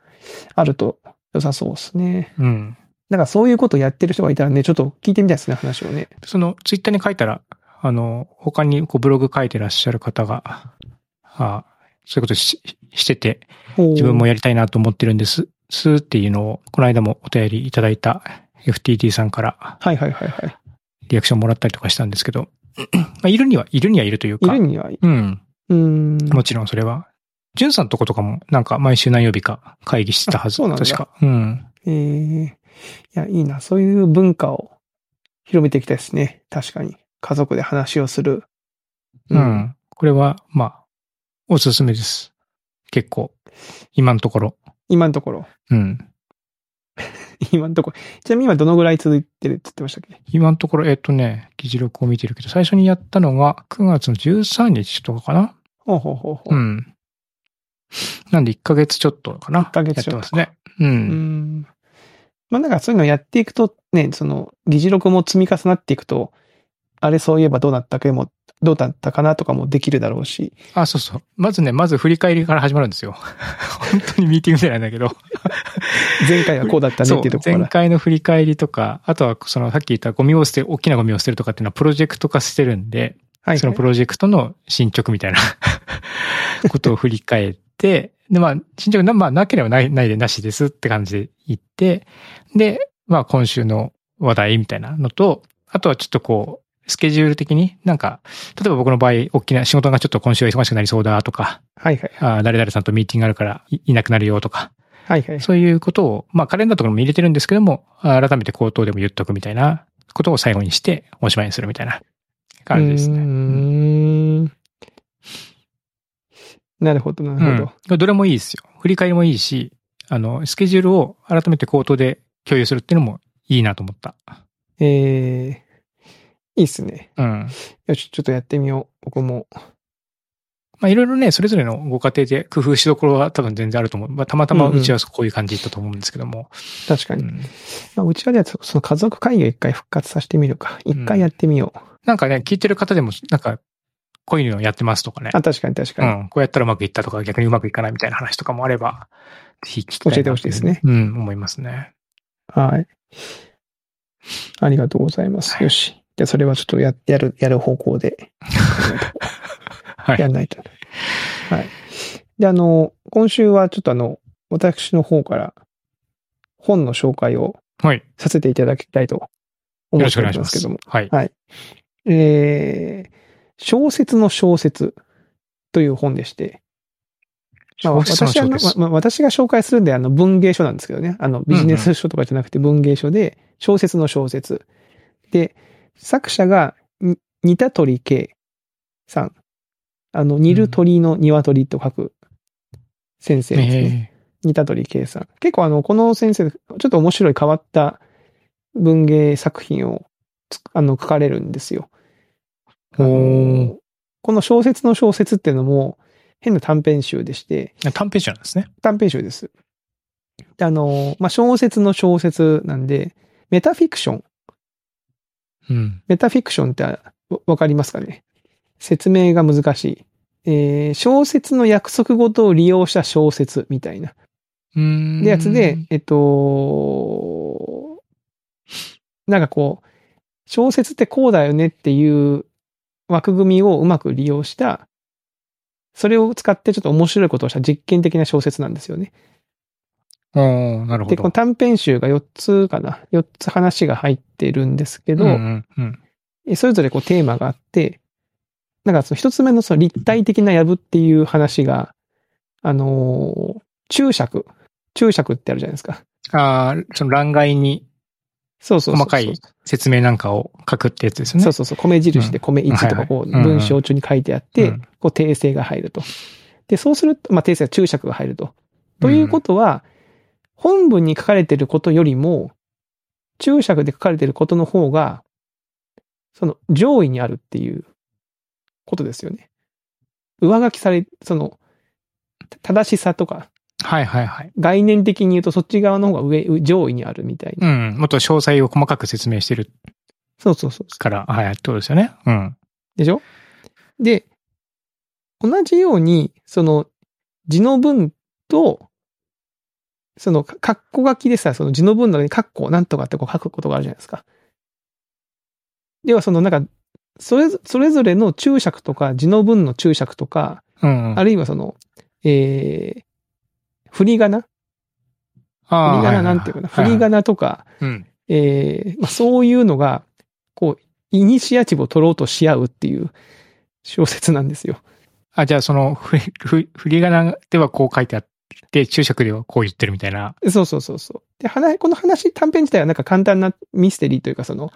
Speaker 2: あると良さそうですね。
Speaker 1: うん。
Speaker 2: だからそういうことをやってる人がいたらね、ちょっと聞いてみたいですね、話をね。
Speaker 1: その、ツイッターに書いたら、あの、他にこうブログ書いてらっしゃる方が、あそういうことししてて、自分もやりたいなと思ってるんです、すーっていうのを、この間もお便りいただいた FTT さんから、
Speaker 2: はいはいはいはい。
Speaker 1: リアクションもらったりとかしたんですけど、 まあ、いるには、いるにはいるという
Speaker 2: い
Speaker 1: か、
Speaker 2: るには、う
Speaker 1: うん、
Speaker 2: ーん。
Speaker 1: もちろんそれは。ジュンさんとことかも、なんか毎週何曜日か会議してたはず、
Speaker 2: あそうなんだ
Speaker 1: 確か。うん。
Speaker 2: えー、いや、いいな。そういう文化を広めていきたいですね。確かに。家族で話をする。
Speaker 1: うん。これは、まあ、おすすめです。結構、今のところ。
Speaker 2: 今のところ。
Speaker 1: うん。
Speaker 2: 今のところ。ちなみに今どのぐらい続いてるって言ってましたっけ
Speaker 1: 今のところ、えっとね、議事録を見てるけど、最初にやったのが9月の13日とかかな
Speaker 2: ほうほうほうほう。
Speaker 1: うん。なんで1ヶ月ちょっとかな
Speaker 2: 1ヶ月
Speaker 1: やっ
Speaker 2: ち
Speaker 1: て
Speaker 2: ょっと
Speaker 1: ますね。う。
Speaker 2: うんん。まあなんかそういうのやっていくとね、その議事録も積み重なっていくと、あれそういえばどうなったかも、どうだったかなとかもできるだろうし。
Speaker 1: あ、そうそう。まずね、まず振り返りから始まるんですよ。 本当にミーティングみたいなんだけど。
Speaker 2: 前回はこうだったねっていうところ
Speaker 1: そう前
Speaker 2: から。
Speaker 1: 回の振り返りとか、あとはそのさっき言ったゴミを捨て、大きなゴミを捨てるとかっていうのはプロジェクト化してるんで、
Speaker 2: はい。
Speaker 1: そのプロジェクトの進捗みたい なことを振り返って、で、まあ、進捗な、まあ、なければない、ないでなしですって感じで言って、で、まあ、今週の話題みたいなのと、あとはちょっとこう、スケジュール的になんか、例えば僕の場合、大きな仕事がちょっと今週は忙しくなりそうだとか、
Speaker 2: はいはい。
Speaker 1: あー誰々さんとミーティングがあるからいいなくなるよとか、
Speaker 2: はいはい。
Speaker 1: そういうことを、まあカレンダーとかにも入れてるんですけども、あ改めて口頭でも言っとくみたいなことを最後にしておしまいにするみたいな感じですね。
Speaker 2: うー
Speaker 1: うん
Speaker 2: んなるほど、なるほど。
Speaker 1: どれもいいですよ。振り返りもいいし、あの、スケジュールを改めて口頭で共有するっていうのもいいなと思った。
Speaker 2: ええいいっすね。
Speaker 1: うん。
Speaker 2: よし、ちょっとやってみよう。僕も。
Speaker 1: まあいろいろね、それぞれのご家庭で工夫しどころは多分全然あると思う。まあたまたまうちはこういう感じだったと思うんですけども。
Speaker 2: 確か
Speaker 1: う
Speaker 2: に。
Speaker 1: ん
Speaker 2: まあ、うちはではそその家族会議を一回復活させてみるか。一回やってみよう。
Speaker 1: なんかね、聞いてる方でも、なんか、こういうのやってますとかね。
Speaker 2: あ、確かに確かに。
Speaker 1: うん。こうやったらうまくいったとか、逆にうまくいかないみたいな話とかもあれば、ぜひ聞きたいな
Speaker 2: 教えてほしいですね。
Speaker 1: うん、思いますね。
Speaker 2: はい。ありがとうございます。よし。じゃあそれはちょっとや、やる、やる方向で。
Speaker 1: はい。
Speaker 2: やんないと。はい。で、あの、今週はちょっとあの、私の方から本の紹介を
Speaker 1: はい。よ
Speaker 2: させていただきたいと思
Speaker 1: ろ
Speaker 2: っ
Speaker 1: してくお
Speaker 2: お
Speaker 1: 願い
Speaker 2: り
Speaker 1: し
Speaker 2: ま
Speaker 1: ます
Speaker 2: け
Speaker 1: す
Speaker 2: ども。。
Speaker 1: はい。
Speaker 2: えー、小説の小説という本でして、まあ、
Speaker 1: 小説の
Speaker 2: 私はあ
Speaker 1: 小
Speaker 2: の、
Speaker 1: 説
Speaker 2: まあ私が紹介するんで、あの、文芸書なんですけどね。あの、ビジネス書とかじゃなくて文芸書で、小説の小説。で、作者が、に似た鳥系さん。あの、似る鳥の鶏と書く先生ですね。
Speaker 1: え
Speaker 2: 似た鳥圭さん。結構あの、この先生、ちょっと面白い変わった文芸作品をつあの、書かれるんですよ。あの
Speaker 1: おー
Speaker 2: この小説の小説っていうのも、変な短編集でして、
Speaker 1: ー短編集なんですね。
Speaker 2: 短編集です。であの、まあ、小説の小説なんで、メタフィクション。
Speaker 1: うん。
Speaker 2: メタフィクションってわわかりますかね説明が難しい。えー小説の約束事を利用した小説みたいな。
Speaker 1: うーん。
Speaker 2: でやつで、えっと、なんかこう、小説ってこうだよねっていう枠組みをうまく利用した、それを使ってちょっと面白いことをした実験的な小説なんですよね。
Speaker 1: おーなるほど。
Speaker 2: で、この短編集が4つかな。4つ話が入ってるんですけど、
Speaker 1: うんうんうん。
Speaker 2: えそれぞれこうテーマがあって、なんかその一つ目のその立体的なやぶっていう話が、あのー注釈。注釈ってあるじゃないですか。
Speaker 1: ああ、その欄外に
Speaker 2: そうそうそうそう
Speaker 1: 細かい説明なんかを書くってやつですよね。
Speaker 2: そうそうそう、米印で米1
Speaker 1: は
Speaker 2: とか
Speaker 1: い
Speaker 2: こう
Speaker 1: うんうん
Speaker 2: 文章中に書いてあっ
Speaker 1: う
Speaker 2: て
Speaker 1: ん、
Speaker 2: こう訂正が入ると。で、そうすると、まあ訂正は注釈が入ると。ということは、本文に書かれてることよりも、注釈で書かれてることの方が、その上位にあるっていうことですよね。上書きされ、その、正しさとか、
Speaker 1: はいはいはい。
Speaker 2: 概念的に言うとそっち側の方が上、上位にあるみたいな。
Speaker 1: うん。もっと詳細を細かく説明してる
Speaker 2: そうそうそう。
Speaker 1: から、はい、ってことですよね。うん。
Speaker 2: でしょで、同じように、その、字の文と、その、か括弧書きでさ、その字の文の中に括弧なんとかってこう書くことがあるじゃないですか。要はその、なんか、それぞ、それぞれの注釈とか、字の文の注釈とか、
Speaker 1: うんうん。
Speaker 2: あるいはその、えー、振り仮名振り
Speaker 1: あー
Speaker 2: 仮名なんていうかな。振り
Speaker 1: は
Speaker 2: 仮名とか、
Speaker 1: いはいはいうん。
Speaker 2: えーまあ、そういうのが、こう、イニシアチブを取ろうとし合うっていう小説なんですよ。
Speaker 1: あ、じゃあその、ふ、ふ、振り仮名ではこう書いてあって、注釈ではこう言ってるみたいな。
Speaker 2: そうそうそうそう。で、話、この話、短編自体はなんか簡単なミステリーというか、その、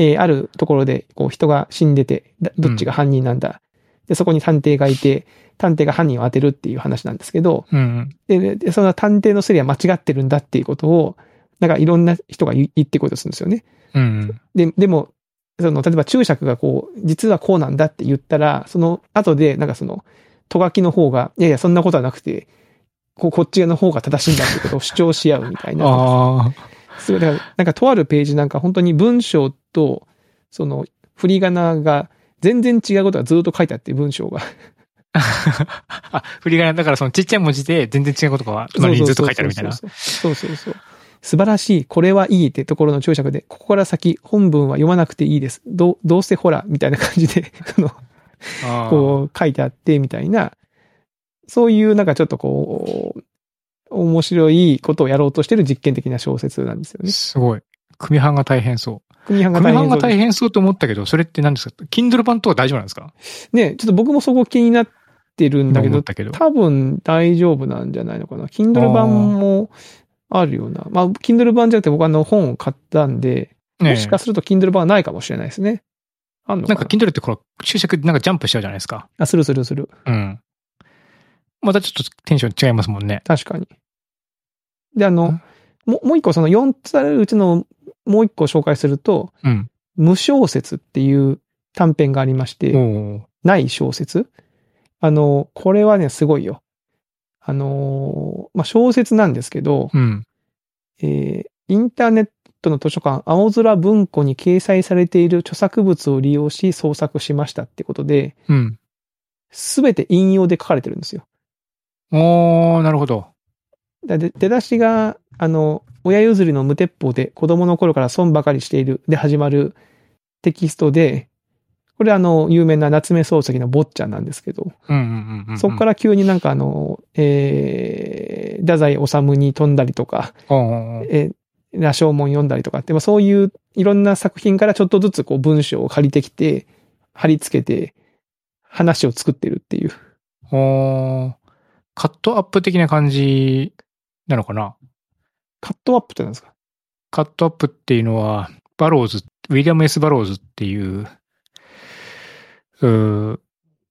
Speaker 2: えーあるところで、こう、人が死んでて、だどっちが犯人なんだ。で、そこに探偵がいて、探偵が犯人を当てるっていう話なんですけど、
Speaker 1: うん。
Speaker 2: で、でその探偵の推理は間違ってるんだっていうことを、なんかいろんな人が言言ってこようとするんですよね。
Speaker 1: うん。
Speaker 2: で、でも、その、例えば注釈がこう、実はこうなんだって言ったら、その後で、なんかその、とがきの方が、いやいや、そんなことはなくて、ここっちの方が正しいんだってこと を主張し合うみたいな。
Speaker 1: ああ。
Speaker 2: すごい、だから、なんかとあるページなんか本当に文章と、その、振り仮名が全然違うことがずっと書いてあって、文章が。
Speaker 1: あ、振り仮名だからそのちっちゃい文字で全然違うことが隣にずっと書いてあるみたいな。
Speaker 2: そうそうそうそうそうそうそう。素晴らしい、これはいいってところの注釈で、ここから先、本文は読まなくていいです。どう、どうせほら、みたいな感じで、 その、
Speaker 1: あー
Speaker 2: こう書いてあってみたいな、そういうなんかちょっとこう、面白いことをやろうとしてる実験的な小説なんですよね。
Speaker 1: すごい。組版が大変そう。
Speaker 2: 組版が
Speaker 1: 組
Speaker 2: 大
Speaker 1: 版
Speaker 2: 変
Speaker 1: が
Speaker 2: そう
Speaker 1: 大
Speaker 2: で
Speaker 1: 変そうと思ったけど、それって何ですか ?Kindle 版とは大丈夫なんですか
Speaker 2: す。ね、ちょっと僕もそこ気になってるんだけ
Speaker 1: 思
Speaker 2: ど
Speaker 1: っ、たけど。
Speaker 2: 多分大丈夫なんじゃないのかな。Kindle 版もあるような。まあ、Kindle 版じゃなくて僕あの本を買ったんで、
Speaker 1: ねえ
Speaker 2: もしかすると Kindle 版はないかもしれないですね。あんの
Speaker 1: な
Speaker 2: か
Speaker 1: ん
Speaker 2: な
Speaker 1: か Kindle ってこれ、注釈なんかジャンプしちゃうじゃないですか。
Speaker 2: あ、するするする。
Speaker 1: うん。またちょっとテンション違いますもんね。
Speaker 2: 確かに。で、あの
Speaker 1: ん、
Speaker 2: ももう一個その4つあるうちのもう一個紹介すると、
Speaker 1: うん。
Speaker 2: 無小説っていう短編がありまし
Speaker 1: お
Speaker 2: て、
Speaker 1: お
Speaker 2: ない小説あの、これはね、すごいよ。あのー、まあ、小説なんですけど、
Speaker 1: ー。うん。
Speaker 2: えーインターネットの図書館、青空文庫に掲載されている著作物を利用し創作しましたってことで、
Speaker 1: うん。
Speaker 2: すべて引用で書かれてるんですよ。
Speaker 1: おー、なるほど。
Speaker 2: だで出だしが、あの、親譲りの無鉄砲で子供の頃から損ばかりしているで始まるテキストで、これあの、有名な夏目漱石の坊ちゃんなんですけど、
Speaker 1: うんうんうんうん、うん。、
Speaker 2: そこからら急になんかあの、えー、太宰治に飛んだりとか、
Speaker 1: おー
Speaker 2: えー、羅生門読んだりとかって、まあそういういろんな作品からちょっとずつこう文章を借りてきて、貼り付けて、話を作ってるっていう。
Speaker 1: おーカットアップ的な感じなのかな
Speaker 2: カットアップってなんですか
Speaker 1: カットアップっていうのは、バローズ、ウィリアム・エス・バローズっていう、うー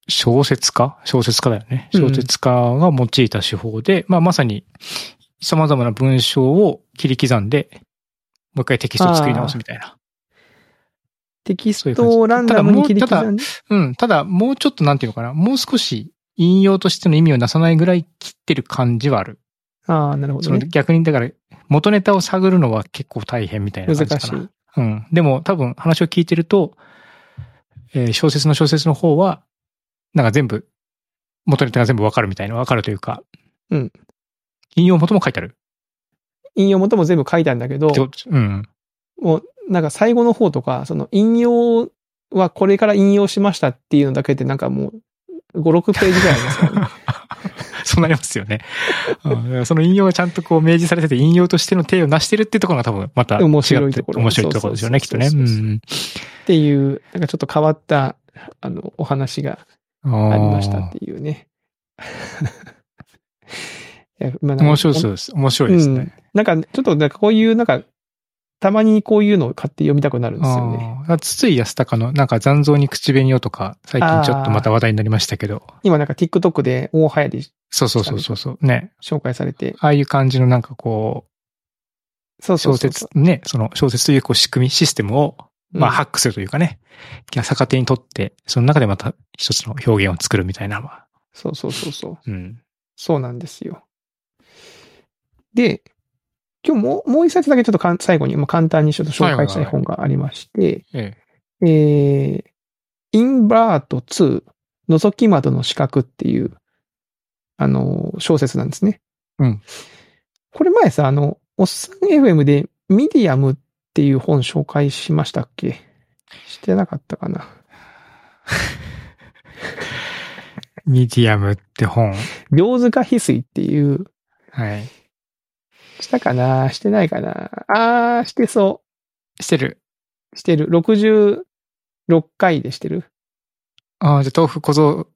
Speaker 1: 小説家小説家だよね。
Speaker 2: うん
Speaker 1: 小説家が用いた手法で、まあまさに様々な文章を切り刻んで、もう一回テキストを作り直すみたいな。
Speaker 2: テキス
Speaker 1: そういう
Speaker 2: トをラ
Speaker 1: 感
Speaker 2: ン
Speaker 1: じ
Speaker 2: ダムに切り刻
Speaker 1: ただ
Speaker 2: んで。
Speaker 1: うん。ただ、もうちょっとなんていうのかな。もう少し引用としての意味をなさないぐらい切ってる感じはある。
Speaker 2: ああ、なるほ
Speaker 1: そ
Speaker 2: ど
Speaker 1: の
Speaker 2: ね。
Speaker 1: 逆に、だから、元ネタを探るのは結構大変みたいな感じか
Speaker 2: 難
Speaker 1: な。
Speaker 2: しい。
Speaker 1: うん。でも多分話を聞いてると、えー小説の小説の方は、なんか全部、元ネタが全部わかるみたいな、わかるというか。
Speaker 2: うん。
Speaker 1: 引用元も書いてある。
Speaker 2: 引用元も全部書いたんだけど
Speaker 1: って、ことうん。
Speaker 2: もうなんか最後の方とか、その引用はこれから引用しましたっていうのだけでなんかもう5、6ページぐらいありま すからね。
Speaker 1: そうなりますよね。うんだからその引用がちゃんとこう明示されてて、引用としての体を成してるってところが多分また違って
Speaker 2: 面白いところ
Speaker 1: 面白いところですよね、きっとね。。
Speaker 2: そううそうそうそうんっていう、なんかちょっと変わった、あの、お話がありましたっていうね。 いやまあ
Speaker 1: あー
Speaker 2: なんか
Speaker 1: 面白そうです。面白いですね。
Speaker 2: なんか、ちょっとなんかこういう、なんか、たまにこういうのを買って読みたくなるんですよね。
Speaker 1: ああ、筒井康隆のなんか残像に口紅をとか、最近ちょっとまた話題になりましたけど。
Speaker 2: 今なんか TikTok で大流行り
Speaker 1: そうそうそうそうそう。ね。
Speaker 2: 紹介されて。
Speaker 1: ああいう感じのなんかこ
Speaker 2: そう
Speaker 1: う、
Speaker 2: そう
Speaker 1: 小
Speaker 2: そう
Speaker 1: 説、ね、その小説というこう仕組み、システムを、まあ、ハックするというかね、逆手にとって、その中でまた一つの表現を作るみたいなのは。
Speaker 2: そうそうそうそう。
Speaker 1: うん。
Speaker 2: そうなんですよ。で、今日もう、もう一冊だけちょっとかん最後に、まあ、簡単にちょっと紹介したい本がありまして、
Speaker 1: え
Speaker 2: えー、インバート2、覗き窓の四角っていう、あのー、小説なんですね。
Speaker 1: うん。
Speaker 2: これ前さ、あの、おっさん FM でミディアムっていう本紹介しましたっけしてなかったかな。
Speaker 1: え。ミディアムって本。
Speaker 2: 両塚翡翠っていう、
Speaker 1: はい。
Speaker 2: したかなしてないかなあー、してそう。
Speaker 1: してる。
Speaker 2: してる。60 6回でしてる。
Speaker 1: ああ、じゃあ豆腐小僧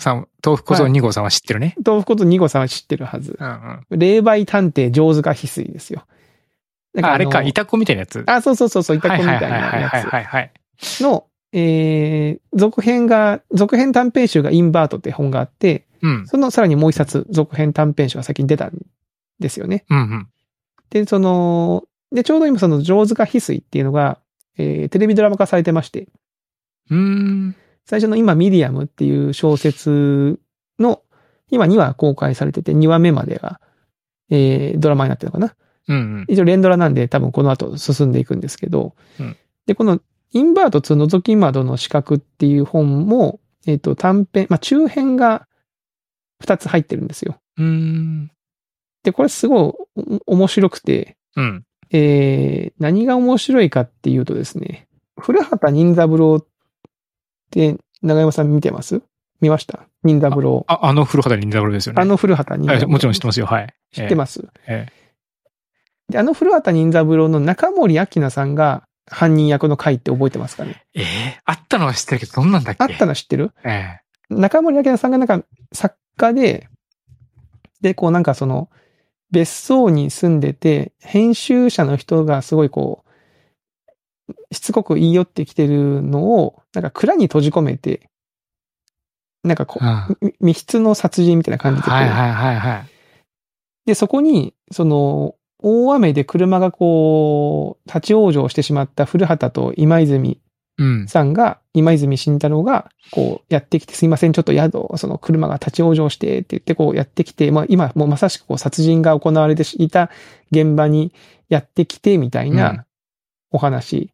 Speaker 1: さん、豆腐小僧2号さんは知ってるね。
Speaker 2: 豆腐こと2号さんは知ってるはず。
Speaker 1: うんうん。
Speaker 2: 霊媒探偵上手が翡翠ですよ。なん
Speaker 1: ああ
Speaker 2: の
Speaker 1: れか、イタコみたいなやつ。
Speaker 2: あ、そうそうそうそう、イタコみたいな
Speaker 1: はいはいはい
Speaker 2: や
Speaker 1: はいはい。
Speaker 2: つの、えー、続編が、続編短編集がインバートって本があって、
Speaker 1: うん。
Speaker 2: そのさらにもう一冊続編短編集が先に出たんですよね。
Speaker 1: うんうん。
Speaker 2: で、その、で、ちょうど今その上手が翡翠っていうのが、えー、テレビドラマ化されてまして、
Speaker 1: うーん。
Speaker 2: 最初の今、ミディアムっていう小説の、今2話公開されてて、2話目までが、えー、ドラマになってるのかな。
Speaker 1: うんうん。
Speaker 2: 一応連ドラなんで多分この後進んでいくんですけど、
Speaker 1: うん
Speaker 2: で、このインバート2覗き窓の資格っていう本も、えっ、と短編、まあ中編が2つ入ってるんですよ。
Speaker 1: うーん。
Speaker 2: で、これすごいお面白くて、
Speaker 1: うん。
Speaker 2: えー、何が面白いかっていうとですね、古畑任三郎って長山さん見てます見ました任三郎。
Speaker 1: あ、あの古畑任三郎ですよね。
Speaker 2: あの古畑任
Speaker 1: は
Speaker 2: 三
Speaker 1: い、
Speaker 2: 郎。
Speaker 1: もちろん知ってますよ。はい。知
Speaker 2: 知って
Speaker 1: ま
Speaker 2: ます。
Speaker 1: え
Speaker 2: で、あの古畑任三郎の中森明菜さんが犯人役の回って覚えてますかね
Speaker 1: ええあったのは知ってるけど、どんなんだっけ
Speaker 2: あったの知ってる
Speaker 1: え
Speaker 2: 中森明菜さんがなんか作家で、で、こうなんかその、別荘に住んでて、編集者の人がすごいこう、しつこく言い寄ってきてるのを、なんか蔵に閉じ込めて、なんかこ
Speaker 1: えうん
Speaker 2: う、み密室の殺人みたいな感じでこう、
Speaker 1: はいはいはいはい。
Speaker 2: で、そこに、その、大雨で車がこう、立ち往生してしまった古畑と今泉
Speaker 1: うん。
Speaker 2: さんが、今泉慎太郎が、こう、やってきて、すいません、ちょっと宿、その車が立ち往生して、って言って、こう、やってきて、まあ、今、もうまさしく、こう、殺人が行われていた現場にやってきて、みたい
Speaker 1: うん
Speaker 2: なお話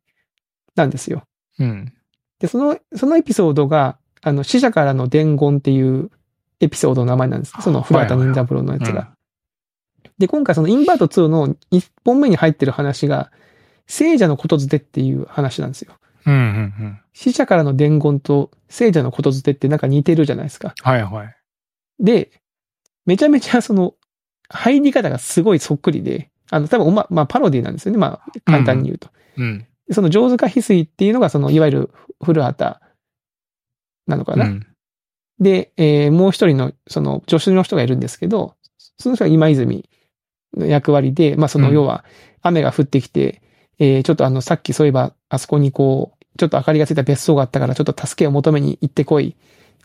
Speaker 2: なんですよ。
Speaker 1: うん。
Speaker 2: で、その、そのエピソードが、あの、死者からの伝言っていうエピソードの名前なんです。その、古畑任三郎のやつが。で、今回そのインバート2の1本目に入ってる話が、聖者のことづてっていう話なんですよ。
Speaker 1: うんうんうん。
Speaker 2: 死者からの伝言と聖者のことづてってなんか似てるじゃないですか。
Speaker 1: はいはい。
Speaker 2: で、めちゃめちゃその、入り方がすごいそっくりで、あの、多分おま、まあ、パロディなんですよね。まあ、簡単に言うと。
Speaker 1: うん。
Speaker 2: でその上手か翡翠っていうのが、その、いわゆる古畑なのか
Speaker 1: う
Speaker 2: な。
Speaker 1: ん。
Speaker 2: で、えーもう一人の、その、助手の人がいるんですけど、その人が今泉の役割で、まあ、その、
Speaker 1: うん
Speaker 2: 要は、雨が降ってきて、えーちょっとあの、さっきそういえば、あそこにこう、ちょっと明かりがついた別荘があったから、ちょっと助けを求めに行ってこい。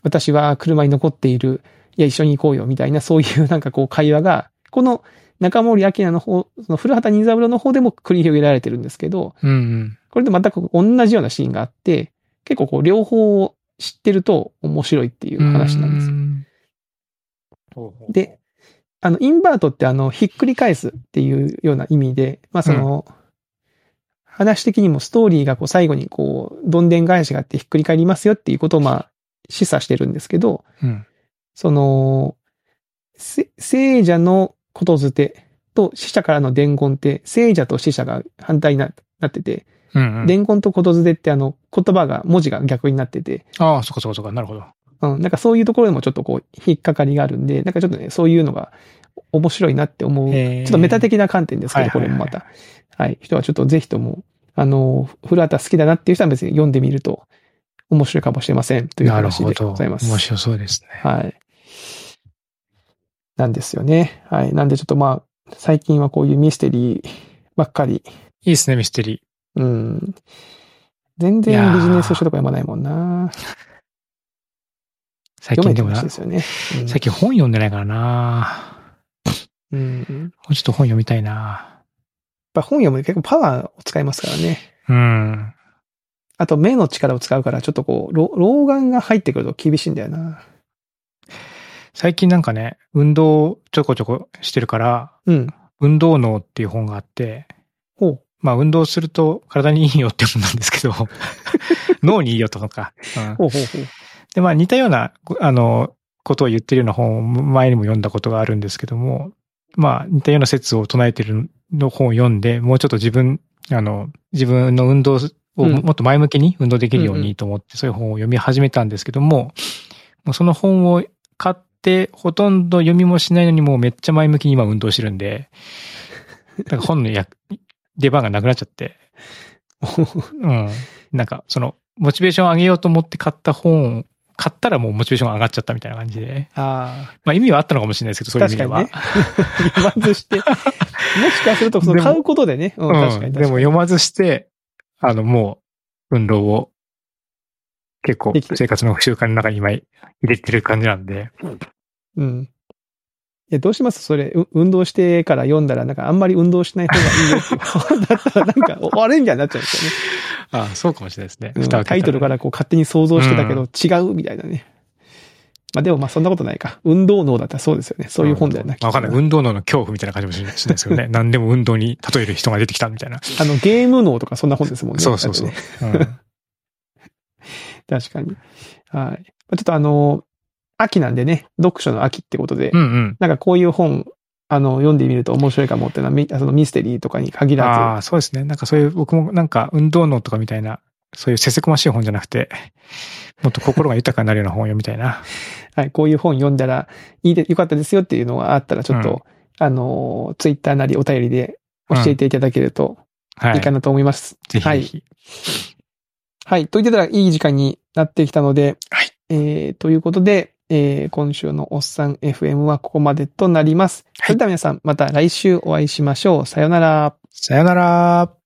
Speaker 2: 私は車に残っている。いや、一緒に行こうよ、みたいな、そういうなんかこう、会話が、この中森明菜の方、その古畑任三郎の方でも繰り広げられてるんですけど、
Speaker 1: うんうん。
Speaker 2: これと全く同じようなシーンがあって、結構こう、両方を知ってると面白いっていう話なんですよ
Speaker 1: うーん。
Speaker 2: で、あの、インバートってあの、ひっくり返すっていうような意味で、まあその、話的にもストーリーがこう最後にこう、どんでん返しがあってひっくり返りますよっていうことをまあ、示唆してるんですけど、
Speaker 1: うん。
Speaker 2: その、せ聖者のことづてと死者からの伝言って、聖者と死者が反対にななってて、
Speaker 1: うんうん。
Speaker 2: 伝言とことづてってあの、言葉が、文字が逆になってて、
Speaker 1: ああ、そっかそっかそっか。なるほど。
Speaker 2: うん、なんかそういうところでもちょっとこう、引っかかりがあるんで、なんかちょっとね、そういうのが面白いなって思う、ち
Speaker 1: へ
Speaker 2: ょ
Speaker 1: ー
Speaker 2: っとメタ的な観点ですけ
Speaker 1: は
Speaker 2: ど、
Speaker 1: いは
Speaker 2: こ
Speaker 1: いは
Speaker 2: れ
Speaker 1: い
Speaker 2: もまた。はい。人はちょっとぜひとも、あの、古畑好きだなっていう人は別に読んでみると面白いかもしれませんという
Speaker 1: なる
Speaker 2: 話
Speaker 1: ほ
Speaker 2: で
Speaker 1: ど。
Speaker 2: ございます。
Speaker 1: 面白そうですね。
Speaker 2: はい。なんですよね。はい。なんでちょっとまあ、最近はこういうミステリーばっかり。
Speaker 1: いいですね、ミステリー。
Speaker 2: うん。全
Speaker 1: いや
Speaker 2: 然
Speaker 1: ー
Speaker 2: ビジネス書とか読まないもんな。
Speaker 1: 最
Speaker 2: 読
Speaker 1: 近
Speaker 2: め
Speaker 1: でも
Speaker 2: てほし
Speaker 1: な、
Speaker 2: いですよね。うん
Speaker 1: 最近本読んでないからな
Speaker 2: うん。
Speaker 1: もうちょっと本読みたいな
Speaker 2: やっぱ本読むと結構パワーを使いますからね。
Speaker 1: うん。
Speaker 2: あと目の力を使うから、ちょっとこう、老老眼が入ってくると厳しいんだよな。
Speaker 1: 最近なんかね、運動ちょこちょこしてるから、
Speaker 2: うん。
Speaker 1: 運動脳っていう本があって、
Speaker 2: ほう。
Speaker 1: まあ運動すると体にいいよって本なんですけど、脳にいいよとか。うん
Speaker 2: ほうほうほう。
Speaker 1: で、まあ似たような、こあの、ことを言ってるような本を前にも読んだことがあるんですけども、まあ似たような説を唱えてるの本を読んで、もうちょっと自分、あの、自分の運動を
Speaker 2: うん
Speaker 1: もっと前向きに運動できるよう
Speaker 2: うんう
Speaker 1: にと思って、そういう本を読み始めたんですけども、もうその本を買って、ほとんど読みもしないのにもうめっちゃ前向きに今運動してるん で、だから本の役、出番がなくなっちゃって、うん。なんか、その、モチベーションを上げようと思って買った本を、買ったらもうモチベーションが上がっちゃったみたいな感じで。
Speaker 2: あ
Speaker 1: まあ意味はあったのかもしれないですけど、そういう意味では。
Speaker 2: 確あ。読まず して。もしかすると、そ
Speaker 1: で
Speaker 2: の
Speaker 1: も
Speaker 2: 買うことでね。うん、確かに
Speaker 1: う
Speaker 2: 確か
Speaker 1: ん
Speaker 2: に。
Speaker 1: でも読まずして、あの、もう、運動を、結構
Speaker 2: できて、る
Speaker 1: 生活の習慣の中に今入れてる感じなんで。
Speaker 2: うん。え、どうしますそれ、う運動してから読んだら、なんかあんまり運動しない方がいいよっていう だったら、なんか、おあれみたいになっちゃうんですよね
Speaker 1: ああそうかもしれないですね。
Speaker 2: うん。
Speaker 1: 蓋を開けた
Speaker 2: タイトルからこう勝手に想像してたけど、違うみたいなね。まあでもまあそんなことないか。運動能だったらそうですよね。そういう本だよな。
Speaker 1: まあわかんない。運動能の恐怖みたいな感じもしれないです けどね。何でも運動に例える人が出てきたみたいな。
Speaker 2: あの、ゲーム能とかそんな本ですもんね。
Speaker 1: そう そうそう
Speaker 2: だって
Speaker 1: う
Speaker 2: ね。
Speaker 1: ん
Speaker 2: 確かに。はい。まあちょっとあの、秋なんでね、読書の秋ってことで、
Speaker 1: うん
Speaker 2: なんかこういう本、あの、読んでみると面白いかもっていうのはみ、そのミステリーとかに限
Speaker 1: うん。
Speaker 2: らず、
Speaker 1: ああ、そうですね。なんかそういう、僕もなんか運動能とかみたいな、そういうせせこましい本じゃなくて、もっと心が豊かになるような本を読みたいな。
Speaker 2: はい、こういう本読んだらいいで、よかったですよっていうのがあったら、ちょっ
Speaker 1: うん
Speaker 2: と、あの、ツイッターなりお便りで 教えていただけると
Speaker 1: はい
Speaker 2: いか
Speaker 1: い。
Speaker 2: なと思います。
Speaker 1: ぜひ
Speaker 2: は
Speaker 1: ぜ
Speaker 2: い。
Speaker 1: ひ。
Speaker 2: はい、と言ってたらいい時間になってきたので、
Speaker 1: はい
Speaker 2: えー、ということで、えー、今週のおっさん FM はここまでとなります。
Speaker 1: はい
Speaker 2: それでは皆さん、また来週お会いしましょう。さようなら。
Speaker 1: さよなら。